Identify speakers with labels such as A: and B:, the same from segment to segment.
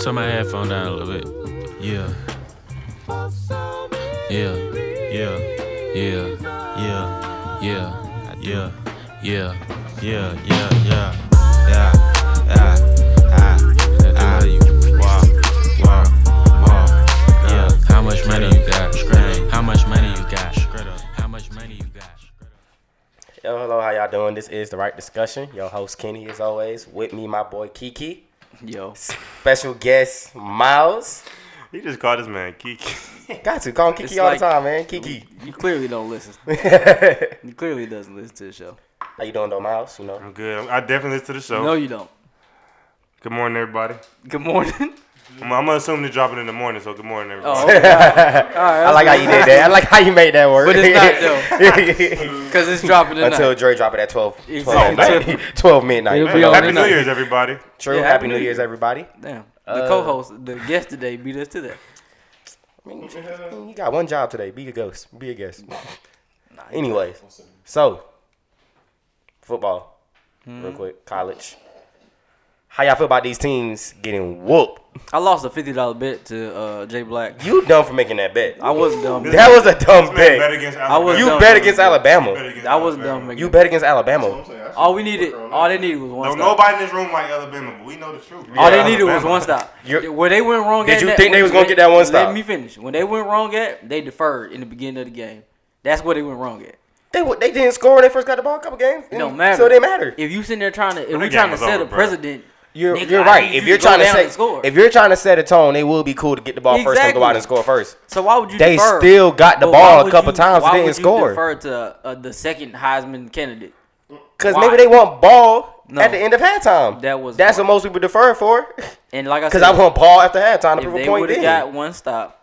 A: turn my headphone down a little bit. Yeah. Yeah. Yeah. Yeah. Yeah. Yeah. Yeah. Yeah. Yeah. Yeah. Yeah. Yeah. Yeah. Yeah. Yeah. Wow. Wow. Wow. Yeah. How much money you got? How much money you got? How much money you got?
B: Yo, hello, how y'all doing? This is the right discussion. Your host Kenny, as always, with me, my boy Kiki,
C: Yo.
B: special guest Miles.
D: He just called this man Kiki.
B: Got to call him Kiki
C: It's
B: all
C: like-
B: the time, man. Kiki.
C: You clearly don't listen. You clearly doesn't listen to the show.
B: how you doing, though, Miles? You know,
D: I'm good. I'm- I definitely listen to the show.
C: No, you don't.
D: Good morning, everybody.
C: Good morning.
D: I'm, I'm gonna assume they're dropping in the morning, so good morning, everybody.
C: Oh, okay.
B: I like how you did that. I like how you made that work.
C: But it's
B: not
C: because it's dropping tonight.
B: Until Dre drop it at 12, 12,
C: Exactly.
B: midnight. 12 midnight.
C: It'll be
D: Happy
C: on
D: New
C: midnight.
D: Year's, everybody.
B: True.
C: Yeah,
B: Happy,
C: Happy
B: New
C: New
B: Year's,
C: Year.
B: everybody.
C: Damn. The
B: Uh,
C: co-host, the guest today, beat us to that.
B: I mean, you got one job today. Be a ghost. Be a guest. Anyways, so football,
C: Hmm.
B: real quick, college. How y'all feel about these teams getting whooped?
C: I lost a fifty dollar bet to uh, Jay Black.
B: You dumb for making that bet.
C: I was dumb.
D: This
B: That was a
D: This
B: dumb
D: man bet
B: bet.
D: against
C: I was
D: Alabama.
B: You
C: dumb.
B: bet against
D: Bet
B: Alabama.
D: against
C: I was
D: Alabama.
C: dumb. nigga.
B: You bet against Alabama.
C: all we needed, all they needed was one
D: Don't
C: stop.
D: nobody in this room like Alabama, but we know the truth.
C: all they
B: Yeah.
C: needed was
D: Alabama.
C: one stop.
B: You're-
C: Where they went wrong.
B: Did
C: at
B: you
C: that-
B: think they was gonna get that one stop?
C: Let me finish. When they went wrong at, they deferred in the beginning of the game. That's where they went wrong at.
B: They wa- they didn't score when they first got the ball a couple games. Mm-hmm.
C: It don't matter.
B: So it didn't matter.
C: If you sitting there trying to, if
D: When
C: we
D: the game
C: trying to
D: was
C: set
D: over,
C: a
D: bro.
C: president,
B: You're,
C: nigga,
B: you're
C: I
B: right.
C: need you
B: If you're
C: to go
B: trying to
C: down and
B: set,
C: score.
B: if you're trying to set a tone, it will be cool to get the ball first and go out
C: Exactly.
B: and score first.
C: so why would you?
B: They
C: defer?
B: still got the
C: But
B: ball
C: why
B: a
C: would
B: couple
C: you-
B: times,
C: Why
B: didn't
C: would you
B: score.
C: Defer to uh, the second Heisman candidate.
B: Because
C: Why?
B: maybe they want ball
C: No.
B: at the end of halftime.
C: That was
B: that's
C: why.
B: what most people defer for.
C: And like I said,
B: Because I want ball after halftime to
C: if
B: prove a
C: they
B: point.
C: would have
B: Then.
C: got one stop,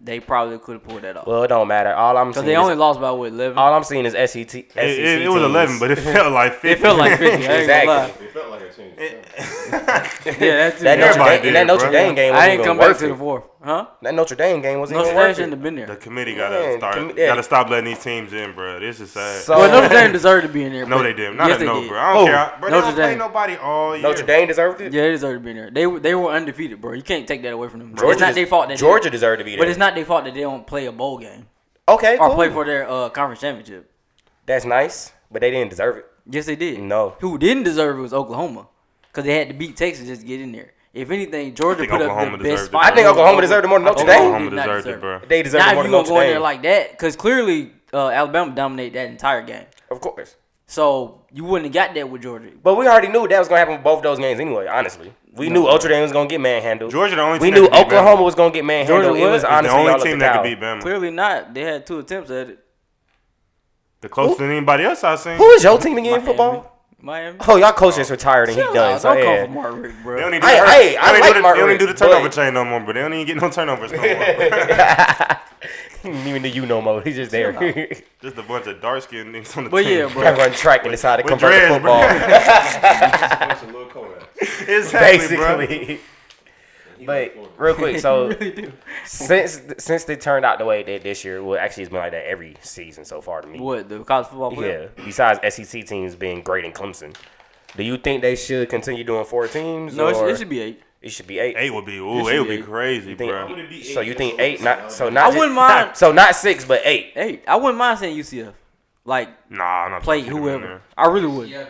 C: they probably could have pulled that off.
B: well, Oh, it don't matter. All I'm
C: Because
B: seeing,
C: they
B: is,
C: only lost by what eleven.
B: all I'm seeing is E SEC. SEC
D: It, it- it was
B: teams.
D: 11, but it felt like 50.
C: it felt like fifty. I ain't gonna lie.
B: Exactly.
E: It felt like it changed.
C: Yeah, that's
B: that Notre,
D: Everybody
B: Dame,
D: did,
B: that Notre
D: bro.
B: Dame game
C: I
B: wasn't
C: ain't
B: even
C: come
B: worth
C: back to the
B: it.
C: fourth, huh?
B: That Notre Dame game wasn't
C: Notre
B: even
C: Dame
B: worth
C: shouldn't
B: it.
C: have been there.
D: the committee gotta
B: Man,
D: start.
B: commi- yeah.
D: Gotta stop letting these teams in, bro. This is sad.
B: So-
C: Well, Notre Dame deserved to be in there.
D: no,
C: but-
D: they didn't. Not
C: yes,
D: a
C: they
D: no,
C: did. Oh,
D: bro. I don't
B: Who?
D: care. Bro, they
C: Notre
D: don't play
C: Dame.
D: nobody all year.
B: Notre Dame deserved it.
C: Yeah, they deserved to be in there. They were- they were undefeated, bro. You can't take that away from them. bro. it's
B: Georgia
C: not
B: des-
C: their fault. That they-
B: Georgia deserved to be there.
C: but it's not their fault that they don't play a bowl game
B: okay,
C: or
B: cool.
C: play for their uh, conference championship.
B: That's nice, but they didn't deserve it.
C: Yes, they did.
B: No.
C: Who didn't deserve it was Oklahoma, because they had to beat Texas just to get in there. If anything, Georgia
D: think
C: put
D: Oklahoma
C: up the best
D: deserved it.
C: fight.
D: I think
B: Oklahoma deserved it more than Notre Dame.
D: Oklahoma
C: did not
D: deserved it,
C: deserve
D: bro.
B: They deserved
C: Now
B: more
C: if
B: than
C: you gonna
B: Notre
C: go in there
B: Dame.
C: like that, because clearly uh, Alabama dominated that entire game.
B: of course.
C: So you wouldn't have got that with Georgia.
B: But we already knew that was gonna happen with both those games anyway. Honestly, we knew Notre Dame was gonna get manhandled.
D: Georgia the only
B: we
D: team that
B: knew
D: could beat
B: Oklahama
D: Bama.
B: was gonna get manhandled.
C: Georgia
B: It
C: what?
B: was
C: It's the
B: honestly
D: the only
B: all up
D: team
B: to
D: that
B: Cal.
D: could beat Bama.
C: Clearly not. They had two attempts at it.
D: The closest than anybody else I've seen.
B: Who is your team again in
C: Miami.
B: football?
C: Miami.
B: Oh, y'all coach is retired and he
C: Chill
B: done.
C: out.
B: So
C: Don't
B: yeah.
C: call for Mark Rick, bro.
D: They don't even
B: Hey,
D: do the-
B: hey,
D: they
B: I like
D: don't do the, they don't
B: Martin,
D: even do the turnover
B: but-
D: chain no more, but they don't even get no turnovers no more.
B: He didn't even do you no more. He's just there. I
D: Just a bunch of dark skinned niggas on the
C: But
D: team.
C: yeah, bro.
B: run track and decide to
D: With
B: convert to
D: dreads, bro.
B: football.
E: Bunch of little Kodak.
D: Exactly, bro.
B: Basically. But real quick, so since since they turned out the way it did this year, well, actually it's been like that every season so far to me.
C: What the college football
B: Yeah.
C: player?
B: Besides SEC teams being great in Clemson, do you think they should continue doing four teams?
C: No, it should,
B: or
C: it should be eight.
B: it should be eight.
D: Eight would be, ooh,
C: should
D: eight would
C: be
D: be
C: eight.
D: crazy,
B: think-
D: bro.
E: It'd be
B: So
E: eight,
B: you
E: so
B: think
E: it's
B: eight? Not
E: not-
B: so not.
C: wouldn't
B: just-
C: mind-
B: not- so not six, but eight.
C: Eight. I wouldn't mind saying UCF. Like
D: Nah, I'm not
C: play
D: putting them in
C: whoever.
D: there.
C: I really would. Yeah.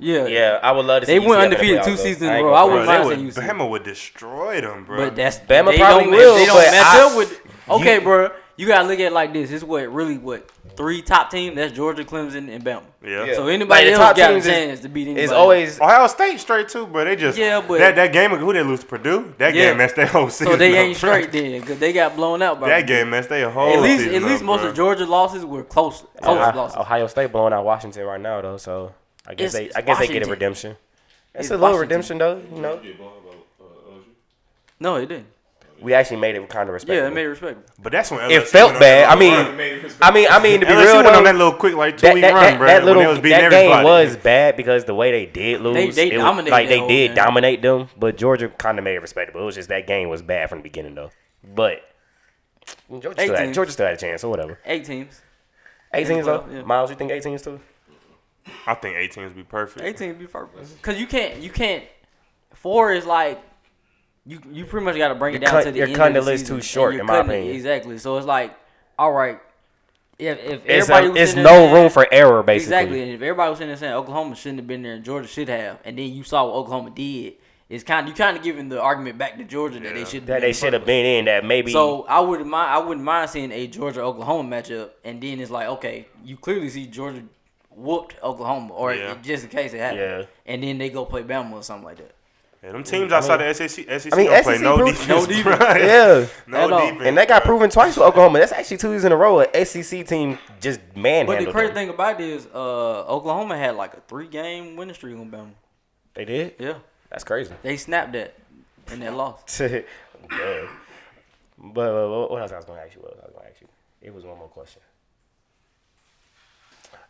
B: Yeah, I would love to. see
C: They went
B: UCF in the
C: undefeated
B: playoffs,
C: two
B: though.
C: seasons
B: I
C: in a
B: ain't
C: row.
B: gonna
C: I
B: front.
C: wouldn't
D: Bro,
C: mind
D: they
C: saying UCF.
D: would, Bama would destroy them, bro.
C: But that's
B: Bama probably
C: they don't,
B: will,
C: If they don't
B: but
C: match
B: I-
C: up with. Okay,
B: you-
C: bro, you gotta look at it like this. It's what really what three top teams. That's Georgia, Clemson, and Bama.
D: Yeah.
B: Yeah.
C: So
B: Like,
C: anybody
B: the
C: else
B: top
C: got a
B: teams is-
C: chance to beat anybody.
B: It's always
D: Ohio State straight too, but they just
C: Yeah, but-
D: that that game who they lose to Purdue that
C: Yeah.
D: game messed their whole season.
C: so they
D: up,
C: ain't
D: bro.
C: straight then because they got blown out by.
D: That game messed their whole.
C: At least,
D: season
C: at least
D: up,
C: most
D: bro.
C: of Georgia losses were close, close
B: Ohio,
C: losses.
B: Ohio State blowing out Washington right now though. So I guess
C: It's-
B: they I
C: it's
B: guess they get a
C: Washington.
B: redemption. It's,
C: It's
B: a little
C: Washington.
B: redemption though. You know,
E: You get blown by uh, OSU.
C: No, it didn't.
B: we actually made it kind of
C: Yeah, it
B: respectable.
C: made it respectable.
D: But that's when
B: it
D: LSU
B: felt
D: went on
B: bad.
D: that
B: I
D: little
B: mean,
D: run.
B: I mean, I mean to be
D: LSU
B: real
D: went
B: though.
D: on that little quick like two
B: that,
D: week
B: that,
D: run,
B: that,
D: bro.
B: that
D: when
B: little
D: they was
B: that
D: beating
B: game
D: everybody.
B: was bad because the way they did lose,
C: they
B: it was-
C: dominated
B: like
C: that
B: they
C: whole
B: did
C: game.
B: dominate them. But Georgia kind of made it respectable. It was just that game was bad from the beginning though. But Georgia still, had,
C: 18.
B: Georgia still had a chance or whatever.
C: Eight teams.
B: 18s though,
C: well, yeah.
B: Miles, you think 18s too?
D: I think 18 would be perfect.
C: Eight teams be purpose. Cause you can't, you can't. Four is like you you pretty much got to bring it
B: Your
C: down
B: cut-
C: to the
B: your
C: end.
B: cutting
C: of
B: the
C: the
B: list
C: season,
B: too
C: and
B: short,
C: you're
B: in my
C: cutting it,
B: opinion.
C: exactly. So it's like, all right, if if
B: It's,
C: everybody
B: a,
C: was
B: it's
C: sitting there
B: no
C: saying-
B: room for error, basically.
C: Exactly. And if everybody was sitting there saying Oklahoma shouldn't have been there and Georgia should have, and then you saw what Oklahoma did, it's kind you kind of giving the argument back to Georgia that they should
B: That they should have been in. That maybe.
C: So I wouldn't mind. I wouldn't mind seeing a Georgia Oklahoma matchup, and then it's like okay, you clearly see Georgia whooped Oklahoma, or
D: Yeah.
C: just in case it happened,
B: Yeah.
C: and then they go play Bama or something like that.
D: Yeah, them teams outside the SEC, SEC
B: I mean,
D: don't play
B: SEC
D: no
B: pro-
D: defense.
B: no
D: bro.
B: yeah.
D: No
C: At all.
D: defense.
B: And that got
D: bro.
B: proven twice with Oklahoma. That's actually two years in a row. An SEC team just
C: But the
B: manhandled.
C: crazy
B: them.
C: thing about it is, uh, Oklahoma had like a three game winning streak on Bama.
B: They did.
C: Yeah,
B: That's crazy.
C: they snapped that and they lost.
B: Yeah. But uh, what else I was going to ask you? What else I was going to ask you? It was one more question.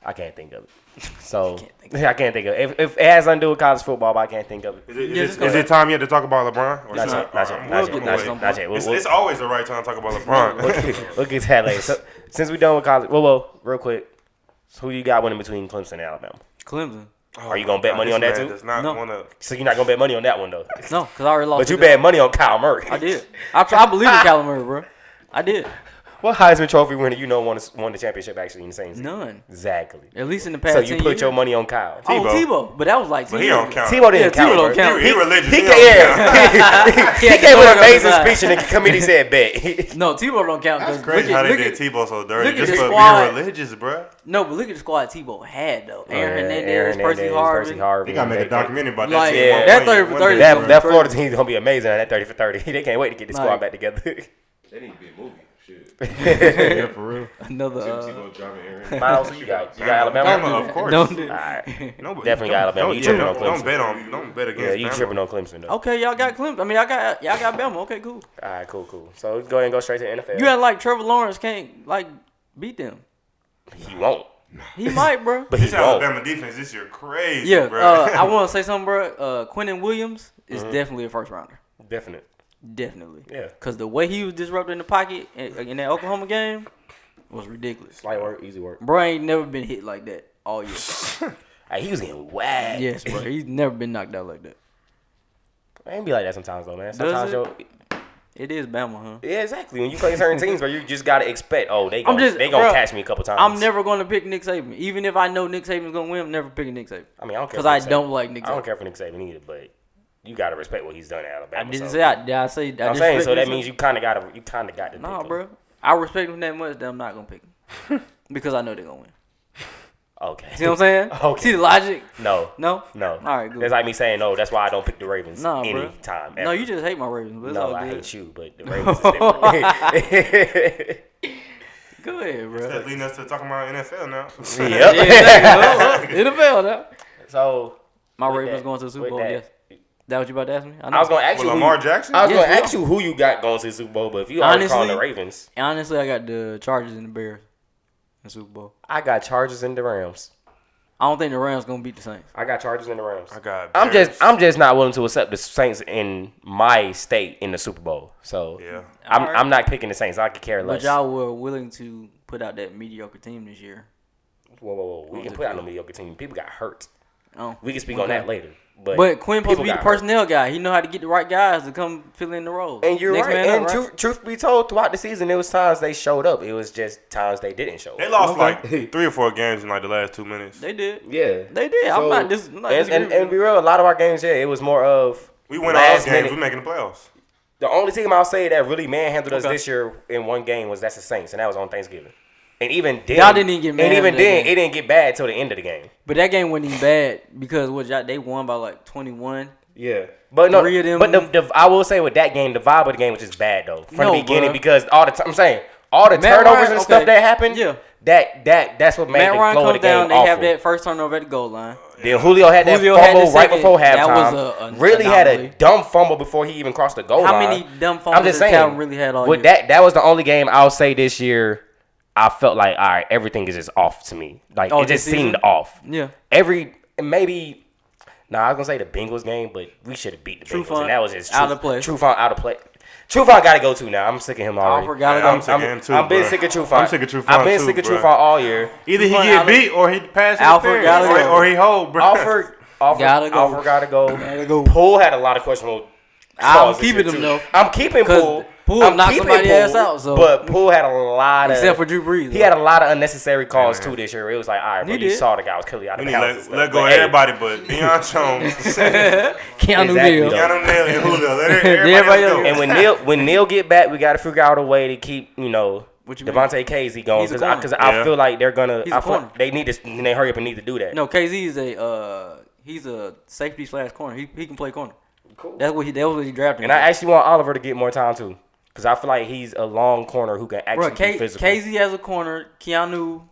B: I can't think of it. So
C: can't think of
B: I can't think of it. If, if it has nothing to do with college football, but I can't think of it.
D: Is it,
C: Yeah,
D: is,
C: just
D: it,
C: go
D: is
C: ahead.
D: it time yet to talk about LeBron? Or
B: Not
D: it's
B: yet.
D: not?
B: Not yet.
D: All
B: Not
D: right,
B: yet.
D: we'll
B: Not
D: get
B: yet.
D: there.
B: Not yet. We'll-
D: It's,
B: we'll-
D: it's always the right time to talk about LeBron.
B: we'll get to that later. So, since we done with college, whoa, whoa, real quick. So who you got winning between Clemson and Alabama?
C: Clemson.
B: Are you gonna bet money
D: this
B: on that
D: man
B: too?
D: Does not
C: No.
D: wanna,
B: So you're not gonna bet money on that one though.
C: No, because I already lost.
B: But
C: to
B: you
C: them.
B: bet money on Kyle Murray.
C: I did. I, I believe in Kyler Murray, bro. I did.
B: What Heisman Trophy winner you know won, the- won the championship actually in the same season?
C: None.
B: Exactly.
C: At least in the past.
B: So you
C: 10
B: put
C: years.
B: your money on Kyle.
C: Oh,
D: Tebow.
C: Tebow, but that was like. 10
D: but he
C: years
D: don't
C: ago.
D: count.
B: Tebow didn't
C: Yeah,
B: count.
C: Tebow
B: bro.
C: don't count.
D: He, he religious.
B: He, he,
D: He don't count.
B: yeah. he,
C: He had the
B: gave an
C: dog on his
B: amazing
C: eye.
B: speech and the committee said bet.
C: No, Tebow don't count.
D: That's
C: because
D: crazy
C: look
D: how
C: at,
D: they
C: look
D: did
C: at,
D: Tebow so
C: look at
D: dirty just
C: this
D: for
C: squad.
D: being religious, bro.
C: No, but look at the squad Tebow had though. Aaron
B: Oh, Yeah,
C: Hernandez,
B: Aaron
C: Percy
B: Hernandez,
C: Harvin.
B: Percy Harvin.
D: They gotta make a documentary about
C: Like,
D: that team.
B: yeah.
D: One
B: that
D: day,
C: 30 for
D: one day.
C: 30
B: That, that
C: Percy.
B: Florida team's gonna be amazing at that 30 for 30. They can't wait to get the squad
C: Like-
B: back together.
E: They need to be a movie. Shit.
F: Yeah, for real.
C: Another. Uh,
E: Tebow driving Aaron.
B: Miles, you got, you got
D: Alabama,
B: Alabama?
D: of course.
C: Don't do
B: All right.
D: No, but
B: Definitely got
D: don't-
B: Alabama.
D: don't-
B: You
D: yeah,
B: tripping on
D: don't-
B: Clemson.
D: Don't bet on. Don't bet
B: Yeah,
D: against.
B: you
D: Bama.
B: tripping on Clemson, though.
C: Okay, y'all got Clemson. I mean, y'all got y'all got Bama. Okay, cool.
B: All right, cool, cool. So go ahead and go straight to the NFL.
C: You had like Trevor Lawrence can't like beat them.
B: he won't,
C: He might, bro.
B: but he
D: This
B: won't.
D: Alabama defense this year crazy,
C: Yeah,
D: bro.
C: uh, I want to say something, bro. Uh, Quentin Williams is definitely a first rounder.
B: Definite.
C: Definitely.
B: Mm-hmm. Yeah.
C: Cause the way he was disrupted in the pocket in, in that Oklahoma game was ridiculous.
B: Slight work, easy work.
C: Bro ain't never been hit like that all year.
B: Hey, he was getting whacked.
C: yes, bro. He's never been knocked out like that.
B: It ain't be like that sometimes though, man. Sometimes
C: it?
B: yo,
C: It is Bama, huh?
B: yeah, exactly. When you play certain teams, bro, you just gotta expect. Oh, they
C: I'm
B: gonna,
C: just-
B: they gonna
C: bro,
B: catch me a couple times.
C: I'm never going to pick Nick Saban, even if I know Nick Saban's going to win. I'm never picking Nick Saban.
B: I mean, I don't care
C: Because
B: for
C: I
B: Nick Saban.
C: don't like Nick
B: I don't
C: Saban.
B: care for Nick Saban either, but you gotta respect what he's done at
C: I
B: Alabama.
C: didn't
B: so-
C: say I did. I say I
B: I'm
C: just
B: saying
C: picked
B: so that
C: Nick
B: means
C: Saban?
B: you kind of got to you kind of got to.
C: Nah, bro. I respect him that much that I'm not gonna pick him because I know they're gonna win.
B: Okay.
C: See what I'm saying?
B: Okay.
C: See the logic?
B: No.
C: No.
B: No.
C: All right, good.
B: That's like me saying no. That's why I don't pick the Ravens
C: Nah,
B: any
C: bro.
B: time.
C: No,
B: ever.
C: you just hate my Ravens. But it's
B: No,
C: all
B: I
C: good.
B: hate you, but the Ravens is different.
C: Go ahead, bro.
D: That's leading us to talking about NFL now.
B: yep.
C: yeah, exactly. Well, well, NFL now.
B: So
C: My
B: with
C: Ravens
B: that-
C: going to the Super
B: with
C: Bowl.
B: that-
C: Yes. That what you about to ask me? know.
B: I was gonna ask
D: With
B: you. who
D: Lamar
B: you-
D: Jackson.
B: I was
C: Yes,
B: gonna
C: we
B: ask you who you got going to the Super Bowl, but if you already calling the
C: Honestly-
B: Ravens,
C: Honestly, I got the Chargers and the Bears in the Super Bowl.
B: I got Chargers and the Rams.
C: I don't think the Rams gonna beat the Saints.
B: I got Chargers and the Rams.
D: I got.
B: I'm
D: Bears.
B: just I'm just not willing to accept the Saints in my state in the Super Bowl. So
D: Yeah.
B: I'm
C: Alright.
B: I'm not picking the Saints. I could care less.
C: But y'all were willing to put out that mediocre team this year.
B: whoa, whoa, whoa. We can put out no mediocre team. People got hurt.
C: Oh.
B: We can speak on that later. But,
C: But Quinn
B: people
C: supposed to be the
B: got hurt.
C: personnel guy. He know how to get the right guys to come fill in the roles.
B: And you're
C: Next
B: right.
C: man up,
B: And Truth, truth be told, throughout the season, there was times they showed up. It was just times they didn't show up.
D: They lost
C: Okay.
D: like three or four games in like the last two minutes.
C: They did.
B: Yeah,
C: They did. I'm not dis- I'm not
B: and, and,
C: disagreeing.
B: and be real, a lot of our games, yeah, it was more of
D: We win all
B: last
D: games. We
B: minute.
D: making the playoffs.
B: The only team I'll say that really manhandled us
C: Okay.
B: this year in one game was that's the Saints, and that was on Thanksgiving. And even then,
C: Y'all didn't even get
B: And
C: manhandled
B: even
C: that
B: then,
C: game.
B: it didn't get bad till the end of the game.
C: But that game wasn't even bad because what y'all, they won by like 21.
B: Yeah, but no,
C: Three of them-
B: but the, the, I will say with that game, the vibe of the game was just bad though from
C: No,
B: the beginning
C: bruh.
B: because all the t- I'm saying all the
C: Matt
B: turnovers
C: Ryan-
B: and
C: okay.
B: stuff that happened.
C: Yeah.
B: that that that's what made
C: Matt
B: the
C: Ryan
B: flow of the
C: comes
B: game
C: down. They
B: awful.
C: have that first turnover at the goal line.
B: Then Julio had that
C: Julio had
B: fumble
C: the
B: right
C: second.
B: before halftime.
C: That was a- an
B: really had a
C: anomaly.
B: dumb fumble before he even crossed the goal
C: How
B: line.
C: many dumb fumbles has Cal really had all
B: with
C: year?
B: that, that was the only game I'll say this year. I felt like all right, everything is just off to me. Like
C: Oh,
B: it
C: this
B: just
C: season?
B: seemed off.
C: Yeah.
B: Every maybe. Nah, I was gonna say the Bengals game, but we should have beat the
C: True
B: Bengals,
C: Font,
B: and that was just
C: out of play.
B: True Font out of play. True Font got to go too now. I'm sick of him already.
C: forgot it.
B: I'm,
C: I'm
D: sick of him too,
B: I've been
D: bruh.
B: sick of True
D: I'm
B: Font.
D: sick of True
B: I've
D: Font
B: been
D: too,
B: sick of True
D: bruh.
B: Font all year.
D: Either he
C: Fun
D: get
C: Alec-
D: beat or he pass
C: Alfred
D: interference,
C: gotta
D: or,
C: go.
D: or he hold, bro.
B: Alford, Alford,
C: Gotta go.
B: Alford gotta go.
C: go.
B: Poole had a lot of questionable
C: I'm
B: and
C: keeping
B: shit,
C: him
B: too.
C: though.
B: I'm keeping
C: 'Cause
B: Poole.
C: Poole
B: I'm
C: knocked
B: keeping
C: somebody
B: Poole,
C: ass out, so-
B: But Poole had a lot of
C: Except for Drew Brees.
B: He had a lot of unnecessary calls
D: Yeah, man.
B: too this year. It was like, all right, bro,
C: He
B: you
C: did.
B: saw the guy was clearly out
D: We
B: of
D: need
B: bounds. and
D: to
B: stuff.
D: let go
B: But,
D: of
B: hey,
D: everybody, but Deion Jones,
C: Keanu
B: Exactly,
C: Neal.
B: though.
D: Keanu Neal, and Julio. Let it-
C: Everybody
D: everybody
C: else.
D: else go.
B: And when Neil when Neil get back, we got to figure out a way to keep you know
C: What you mean?
B: Devontae Casey going
C: He's a
B: because I,
C: corner.
B: 'cause I
D: Yeah.
B: feel like they're gonna
C: He's a
B: I feel
C: corner.
B: like they need to and they hurry up and need to do that.
C: No, KZ is a uh, he's a safety slash corner. He, he can play corner.
B: Cool.
C: That's what he that was what he drafted.
B: And I actually want Oliver to get more time too because I feel like he's a long corner who can actually
C: Bro, K-
B: be physical.
C: KZ has a corner, Keanu,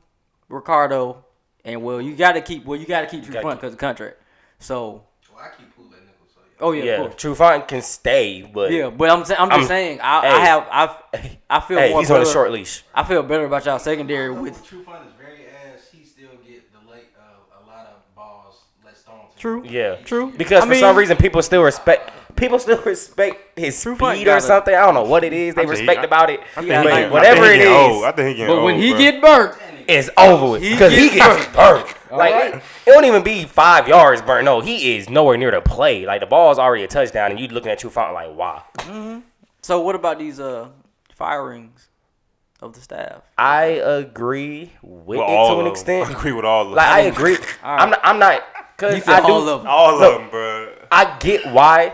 C: Ricardo, and well, you got to keep well, you got to keep Drew
B: gotta
C: Front because of contract. So,
E: Well, I keep pulling nickels on you.
C: oh yeah,
B: yeah,
C: yeah,
B: True Font can stay, but
C: yeah. But I'm saying, I'm just
B: I'm-
C: saying, I, I
B: hey.
C: have I I feel
B: hey,
C: more
B: he's on a
C: better-
B: short leash.
C: I feel better about y'all secondary with
E: True Fun is very ass. He still get the late uh, a lot of balls less thrown to him.
C: True.
B: Yeah,
C: True.
B: Because
C: I
B: for some
C: mean-
B: reason, people still respect. People still respect his
C: True Font
B: speed
C: got
B: or
C: a-
B: something. I don't know what it is they
D: I think he-
B: respect
D: I-
B: about it.
D: I think
C: Yeah,
D: he
B: but
D: getting- I
B: whatever
D: think he
B: it
D: getting
B: is,
D: old. Oh, I think he getting
C: But
D: old.
B: Oh,
C: when he
D: bro.
C: get burnt,
B: it's over with
C: He
B: because he
C: gets
B: gets burnt. Like it don't even be five yards burnt. No, he is nowhere near the play. Like the ball's already a touchdown, and you looking at True Font like, wow.
C: so what about these uh firings of the staff?
B: I agree with
D: With
B: it
D: all
B: to
D: of
B: an
D: them.
B: extent.
D: I agree with all of them.
B: Like I agree. I'm not, I'm not
C: He
B: because
C: said
B: I do.
C: all of them.
D: all
B: Look.
D: of them, bro.
B: I get why,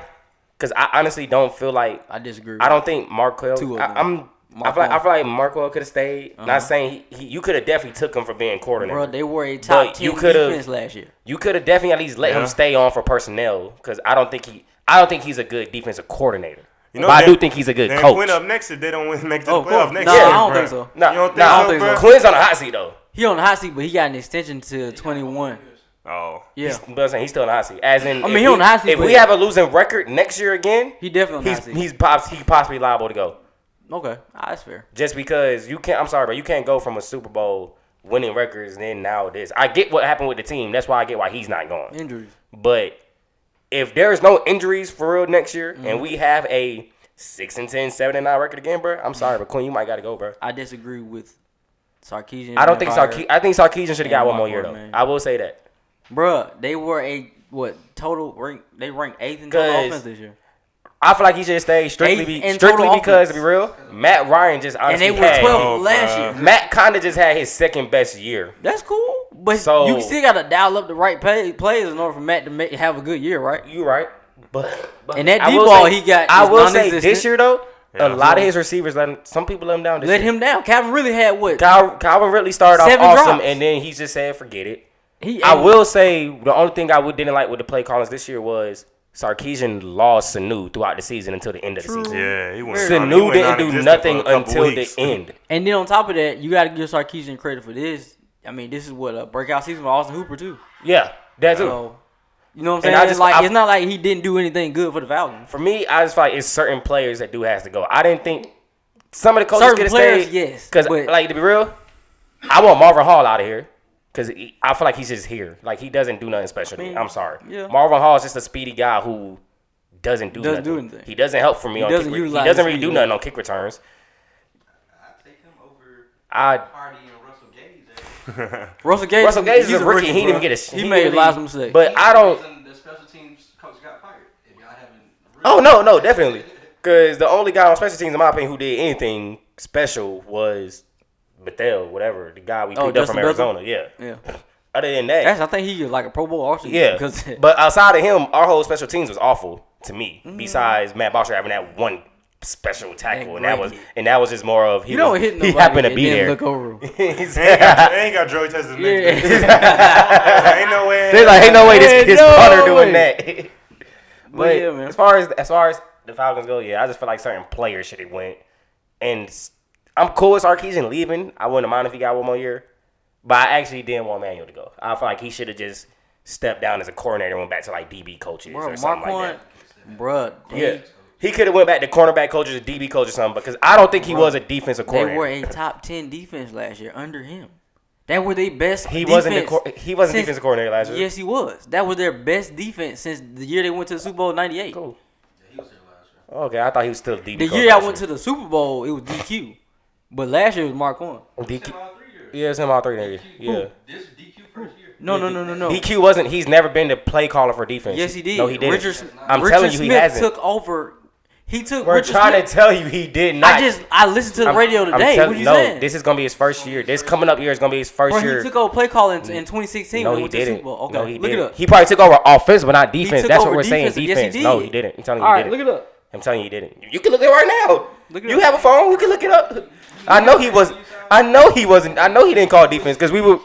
B: because I honestly don't feel like
C: I disagree.
B: I don't think Marquel.
C: Two of
B: I,
C: them.
B: I'm. I
C: Marquel.
B: feel, like, I feel like Marquel could have stayed.
D: Uh-huh.
B: Not saying he, he you could have definitely took him for being coordinator.
C: Bro, they were a top
B: But
C: ten
B: you could've-
C: defense last year.
B: You could have definitely at least let him
D: Yeah.
B: stay on for personnel because I don't think he. I don't think he's a good defensive coordinator.
D: You know,
B: but I
D: Dan-
B: do think he's a good
D: Dan
B: coach.
D: Quinn up next if they don't win next to
C: Oh,
D: the
C: of
D: playoff
C: course.
D: next
C: Nah,
D: year.
B: I
C: don't
D: bro.
C: think so.
B: No,
D: You don't think
B: no,
D: so,
C: I don't
D: bro?
C: think
B: Quinn's on the hot seat though.
C: He on the hot seat, but he got an extension to twenty one.
D: Oh,
C: Yeah,
B: But I'm saying he's still on the hot seat. As in,
C: I mean,
B: if
C: he on
B: we-
C: the hot seat,
B: If
C: but-
B: we have a losing record next year again,
C: he definitely on the
B: he's
C: hot seat.
B: he's pops he possibly liable to go.
C: Okay, Ah, that's fair.
B: Just because you can't. I'm sorry, but you can't go from a Super Bowl winning records and then now this. I get what happened with the team. That's why I get why he's not going.
C: Injuries.
B: But if there's no injuries for real next year and
C: Mm-hmm.
B: we have a six and 10, 7 and nine record again, bro, I'm sorry,
C: Mm-hmm.
B: but Quinn, you might gotta go, bro.
C: I disagree with Sarkeesian.
B: I don't think
C: and
B: Sarke- I think Sarkeesian should have got
C: And
B: one more
C: Mark
B: year though.
C: Gordon, man.
B: I will say that.
C: Bruh, they were a what total rank? They ranked eighth in total
B: Cause-
C: offense this year,
B: I feel like he should stay strictly
C: Eighth
B: be,
C: in
B: strictly
C: total
B: because to
C: offense.
B: be real, Matt Ryan just
C: and
B: honestly
C: they were
B: had-
C: twelfth
D: Oh,
C: last
D: bruh.
C: year.
B: Matt kinda just had his second best year.
C: That's cool, but
B: So-
C: you still gotta dial up the right pay, players in order for Matt to make, have a good year, right?
B: You right. But, but
C: And that
B: I will
C: D-ball
B: say-
C: he got
B: I
C: is
B: will say this
C: non-existent.
B: year though,
D: Yeah.
B: a lot of his receivers let him, some people let him down this
C: Let
B: year.
C: him down. Calvin really had what
B: Cal, Calvin Ridley started off
C: Seven
B: awesome
C: drops.
B: and then he just said forget it.
C: he.
B: I will say the only thing I would didn't like with the play callings this year was Sarkeesian lost Sanu throughout the season until the end of the
C: True.
B: season.
D: yeah, he went. I mean, he
B: Sanu
D: went
B: didn't do
D: non-existent for
B: nothing
D: a couple
B: until
D: weeks.
B: the end.
C: And then on top of that, you gotta give Sarkeesian credit for this. I mean, this is what a breakout season for Austin Hooper too.
B: Yeah, that's it.
C: So, you know what I'm
B: And
C: saying?
B: I
C: It's
B: just-
C: like
B: I-
C: it's not like he didn't do anything good for the Falcons.
B: For me, I just feel like it's certain players that do has to go. I didn't think some of the coaches
C: Certain
B: could have
C: players,
B: stayed.
C: yes,
B: because
C: but-
B: like to be real, I want Marvin Hall out of here because I feel like he's just here. Like he doesn't do nothing special. to me.
C: mean,
B: I'm sorry.
C: yeah.
B: Marvin Hall is just a speedy guy who doesn't do
C: Doesn't
B: nothing.
C: do anything.
B: He doesn't help for me. on
C: doesn't
B: kick re-
C: utilize
B: he doesn't
C: his
B: really do
C: speed.
B: nothing on kick returns.
E: I take him over
B: I
E: Hardy and Russell Gage.
C: Russell Gage,
B: Russell Gage is
C: he's
B: a rookie. He didn't
C: bro.
B: even get a.
C: He, made
B: really-
C: lots of mistakes.
B: But I don't.
E: The special teams coach got fired. If y'all haven't.
B: Oh no, no, definitely. Because the only guy on special teams, in my opinion, who did anything special was Bethel, whatever the guy we
C: Oh,
B: picked up
C: Justin
B: from
C: Bethel?
B: Arizona. Yeah.
C: yeah,
B: Other than that,
C: actually, I think he is like a Pro Bowl option.
B: yeah.
C: because
B: but outside of him, our whole special teams was awful to me.
C: Mm.
B: Besides Matt Bosher having that one special tackle, and that
C: great
B: was
C: hit.
B: and that was just more of he
C: you don't
B: was-
C: hit
B: he
C: nobody.
B: happened to
C: and
B: be
C: then
B: there.
C: Look over. him.
D: And he got, and he got drug tested next day.
C: Yeah,
D: ain't no way.
B: They're like, ain't no way this
C: Ain't
B: his
C: no
B: daughter doing
C: way."
B: that. but
C: yeah, man.
B: as far as as far as the Falcons go, yeah, I just feel like certain players should have went. And s- I'm cool with Sarkeesian leaving. I wouldn't mind if he got one more year. But I actually didn't want Manuel to go. I feel like he should have just stepped down as a coordinator and went back to like DB coaches
C: bro,
B: or something like
C: Marquand,
B: that.
C: bro, they,
B: Yeah. He could have went back to cornerback coaches, DB coach or something because I don't think he was a defensive
C: they were
B: coordinator.
C: a top ten defense last year under him. That were their best.
B: He wasn't the
C: defense
B: cor- he wasn't
C: since-
B: defensive coordinator last year.
C: Yes, he was. That was their best defense since the year they went to the Super Bowl '98.
B: Cool. Okay, I thought he was still DB.
C: The
B: coach
C: year I
B: last
C: went to the Super Bowl, it was DQ. But last year was Mark One.
B: DQ.
E: All three years.
B: Yeah, it's him all three niggas. Yeah.
E: This DQ first year.
C: No, no, no, no, no.
B: DQ wasn't. He's never been the play caller for defense.
C: Yes, he did.
B: No, he did.
C: Richard,
B: I'm
C: Richard
B: telling you, he
C: Smith
B: hasn't.
C: took over He took.
B: We're
C: Richard
B: trying
C: Smith.
B: to tell you he did not.
C: I just I listened to the
B: I'm-
C: radio
B: I'm
C: today.
B: tell-
C: what you
B: no,
C: saying?
B: this is gonna be his first year. This coming up year is gonna be his first
C: Bro, he
B: year.
C: took over play call in, in 2016
B: no,
C: when
B: he
C: we went to the
B: didn't.
C: Super Bowl. Okay,
B: No, he
C: look
B: didn't.
C: it up.
B: He probably took over offense, but not defense.
C: took
B: That's what
C: over
B: we're saying.
C: defense. Yes, he
B: Defense. No,
C: did.
B: he didn't. I'm telling you,
C: All
B: he
C: right,
B: didn't.
C: look it up.
B: I'm telling you, he didn't. You can look it right now.
C: Look it
B: you
C: up.
B: have a phone. We can look it up. I know he was. I know he wasn't. I know he didn't call defense because we were.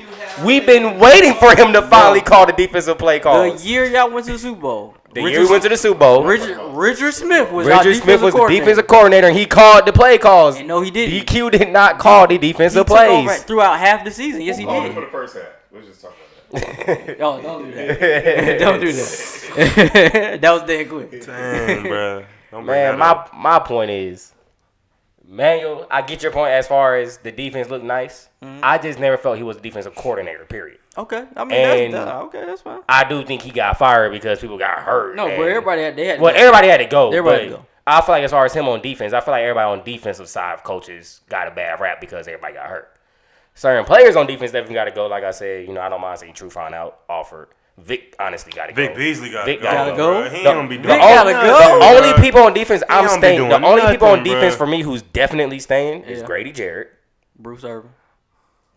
B: We've been waiting for him to finally call the defensive play
C: The
B: calls.
C: year y'all went to the Super Bowl,
B: The year we went to the Super Bowl,
C: Richard, Richard Smith was our
B: Richard
C: defensive
B: Smith was the
C: coordinator.
B: defensive coordinator, and he called the play calls.
C: And no, he didn't.
B: DQ did not call the
C: He
B: defensive
C: took over
B: plays.
C: throughout half the season. Yes, he
F: Only for
C: did.
F: the first half. Let's just talk about that.
C: Y'all don't do that. don't do that. that was damn quick.
D: Damn, bro. Don't bring
B: Man,
D: that
B: my
D: up.
B: my point is, Manuel. I get your point as far as the defense looked nice.
C: Mm-hmm.
B: I just never felt he was a defensive coordinator. Period.
C: Okay, I mean
B: And-
C: that's that, okay. That's fine.
B: I do think he got fired because people got hurt.
C: No,
B: and-
C: but everybody had they had.
B: Well, everybody had to go.
C: Everybody
B: but
C: had to go.
B: I feel like as far as him on defense, I feel like everybody on defensive side of coaches got a bad rap because everybody got hurt. Certain players on defense definitely got to go. Like I said, you know, I don't mind saying True found out offered. Vic honestly got to go.
D: Vic Beasley got
B: Vic
D: to go.
B: gotta
C: go.
D: bruh. He ain't
B: The-
D: gonna be
B: the
D: doing
B: only-
C: gotta go.
B: The only
D: bruh.
B: people on defense I'm
D: don't be
B: staying. The
D: doing
B: only people on
D: nothing,
B: defense
D: bruh.
B: for me who's definitely staying is
C: Yeah.
B: Grady Jarrett.
C: Bruce Irvin.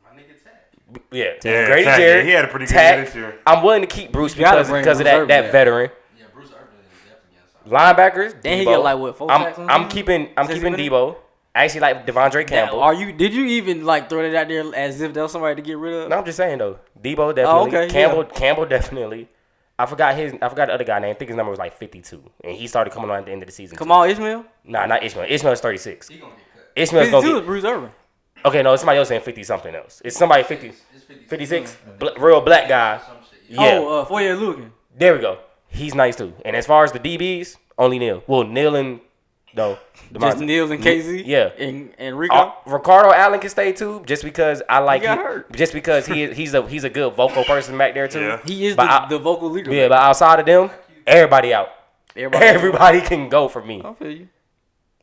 E: My nigga Tech.
B: Yeah,
D: Yeah,
B: Grady
D: Tack, yeah,
B: Jarrett.
D: he had a pretty good
B: Tack.
D: year this year.
B: I'm willing to keep Bruce
C: You gotta
B: because,
C: bring
B: because of
C: Bruce
B: that,
C: Irvin
B: that
C: back.
B: veteran.
E: Yeah, Bruce Irvin is definitely outside.
B: Linebackers.
C: Then he
B: Debo.
C: got, like, what, four
B: I'm,
C: sacks on
B: I'm
C: him?
B: keeping. I'm
C: Since he
B: keeping
C: been in?
B: Debo. I actually like Devondre
C: That-
B: Campbell.
C: are you? Did you even like throw that out there as if that was somebody to get rid of?
B: no, I'm just saying though. Debo definitely.
C: Oh, okay, yeah.
B: Campbell. Campbell definitely. I forgot his. I forgot the other guy name. I think his number was like 52, and he started coming on at the end of the season.
C: Come on, Ismail.
B: Nah, not Ishmael. Ishmael's 36.
E: He gonna get cut.
B: Ishmael's
C: Fifty-two
B: gonna
C: is
B: get,
C: Bruce Irvin.
B: Okay, no, it's somebody else saying 50 something else. It's somebody 50,
E: It's 50.
B: 56, bl- real black guy.
E: Some shit. Yeah.
B: Yeah,
C: Oh, uh, Foyer Lugan.
B: there we go. He's nice too. And as far as the DBs, only Neil. Well, Neil and no,
C: Just
B: DeMonte.
C: Neil and KZ.
B: Yeah.
C: And and Rico.
B: Uh, Ricardo Allen can stay too, just because I like
C: got
B: he-
C: hurt.
B: just because he is- he's a he's a good vocal person back there too.
D: Yeah.
C: he is the,
B: but I-
C: the vocal leader.
B: Yeah, but outside of them, everybody out.
C: Everybody.
B: Everybody can go for me.
C: I feel you.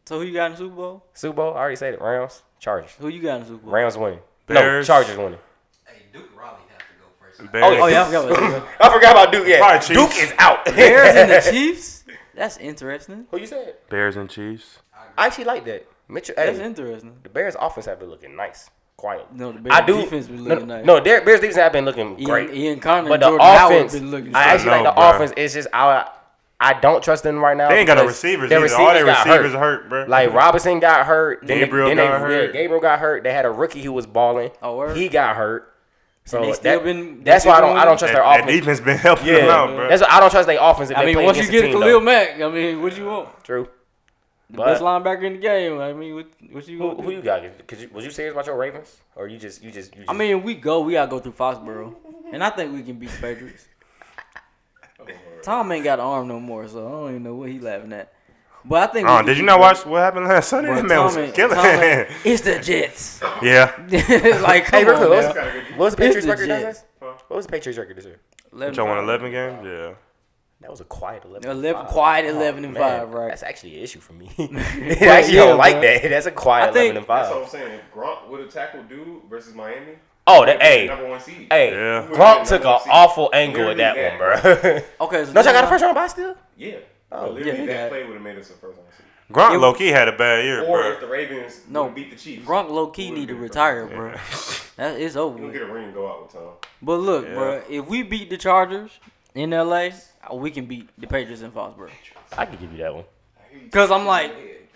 C: So who you got in the Super Bowl?
B: Super Bowl, I already said it. Rams, Chargers.
C: Who you got in the Super Bowl?
B: Rams winning.
D: Bears.
B: No, Chargers winning.
E: Hey, Duke Raleigh has to go first.
D: Bears.
B: Oh,
C: Oh yeah, I forgot about that.
B: I forgot about Duke. Yeah,
D: Probably Chiefs.
B: Duke is out.
C: Bears and the Chiefs. That's interesting.
B: Who you said?
D: Bears and Chiefs.
B: I actually like that. Mitchell, hey,
C: That's interesting.
B: the Bears' offense have been looking nice, quiet.
C: No, the
B: I
C: Bears
B: do.
C: defense been
B: no,
C: looking nice.
B: No, their Bears defense have been looking
C: Ian,
B: great,
C: Ian Connor
B: but
C: and
B: the
C: Jordan Howard
B: offense.
C: been looking.
B: I
C: strong.
B: actually
D: I
B: like the
D: know, bruh.
B: offense. It's just I, I don't trust them right now.
D: They ain't got no
B: because
D: receivers
B: their
D: either. All their
B: got
D: receivers are hurt, bruh.
B: Like Robinson got hurt. then they-
D: Gabriel
B: then they-
D: got
B: yeah,
D: hurt.
B: Gabriel got hurt. They had a rookie who was balling.
C: Oh, word.
B: he got hurt. So
C: they still
B: that-
C: been- they
B: that's
C: still
B: why I
C: been
B: don't. I
C: winning?
B: don't trust their
D: That, that
B: offense.
D: defense been helping them out,
B: Yeah,
D: bro.
B: that's why I don't trust their offense. If
C: I
B: they
C: mean,
B: play
C: once you
B: against
C: get
B: a team,
C: Khalil
B: though.
C: Mack, I mean, what you want?
B: True.
C: The
B: But-
C: best linebacker in the game. I mean, what, what you
B: Who,
C: want?
B: who you got? Could you, was you serious about your Ravens, or you just you just? You just
C: I mean, we go. We gotta go through Foxborough, and I think we can beat the Patriots. Tom ain't got an arm no more, so I don't even know what he laughing at. But I think. we
D: Oh,
C: can
D: did you
C: beat
D: not
C: them.
D: watch what happened last Sunday?
C: But
D: That man was
C: Tom ain't-
D: killing.
C: Tom ain't- It's the Jets.
D: yeah.
C: like,
B: hey,
C: come
B: real quick, what
C: on,
B: was,
C: now.
B: what was the
C: It's
B: Patriots
C: the
B: record?
C: Jets.
B: This what was the Patriots record this year?
C: Eleven
D: Y'all won
C: five.
D: 11 games? Yeah.
B: That was a quiet eleven. and
C: 11
B: five.
C: quiet
D: Oh,
C: 11 and five, right.
B: Oh, That's actually an issue for me. I actually don't
C: yeah,
B: like
C: bro.
B: that. That's a quiet
C: I think-
B: eleven and
F: That's what
B: five.
F: I'm saying. If Gronk would have tackled dude versus Miami,
B: Oh, that
F: they'd be the
B: hey
F: number one seed.
B: hey,
D: Yeah.
B: Gronk took an awful angle at
F: Literally
B: that one,
F: that.
B: bro.
C: Okay, so
B: Don't y'all got a
C: then-
B: first round bye still?
F: Yeah.
B: Oh,
F: But literally,
C: yeah,
F: that
C: yeah.
F: play would have made us a first round seed.
D: Gronk
C: It-
D: low-key had a bad year,
F: Or
D: bro.
F: if the Ravens
C: No,
F: no, beat the Chiefs,
C: Gronk low key need to retire, bro. That it's over.
F: you don't
C: with.
F: get a ring and go out with Tom.
C: But look, bro, if we beat the Chargers in LA, we can beat the Patriots in Foxborough.
B: I can give you that one.
C: Cause I'm like,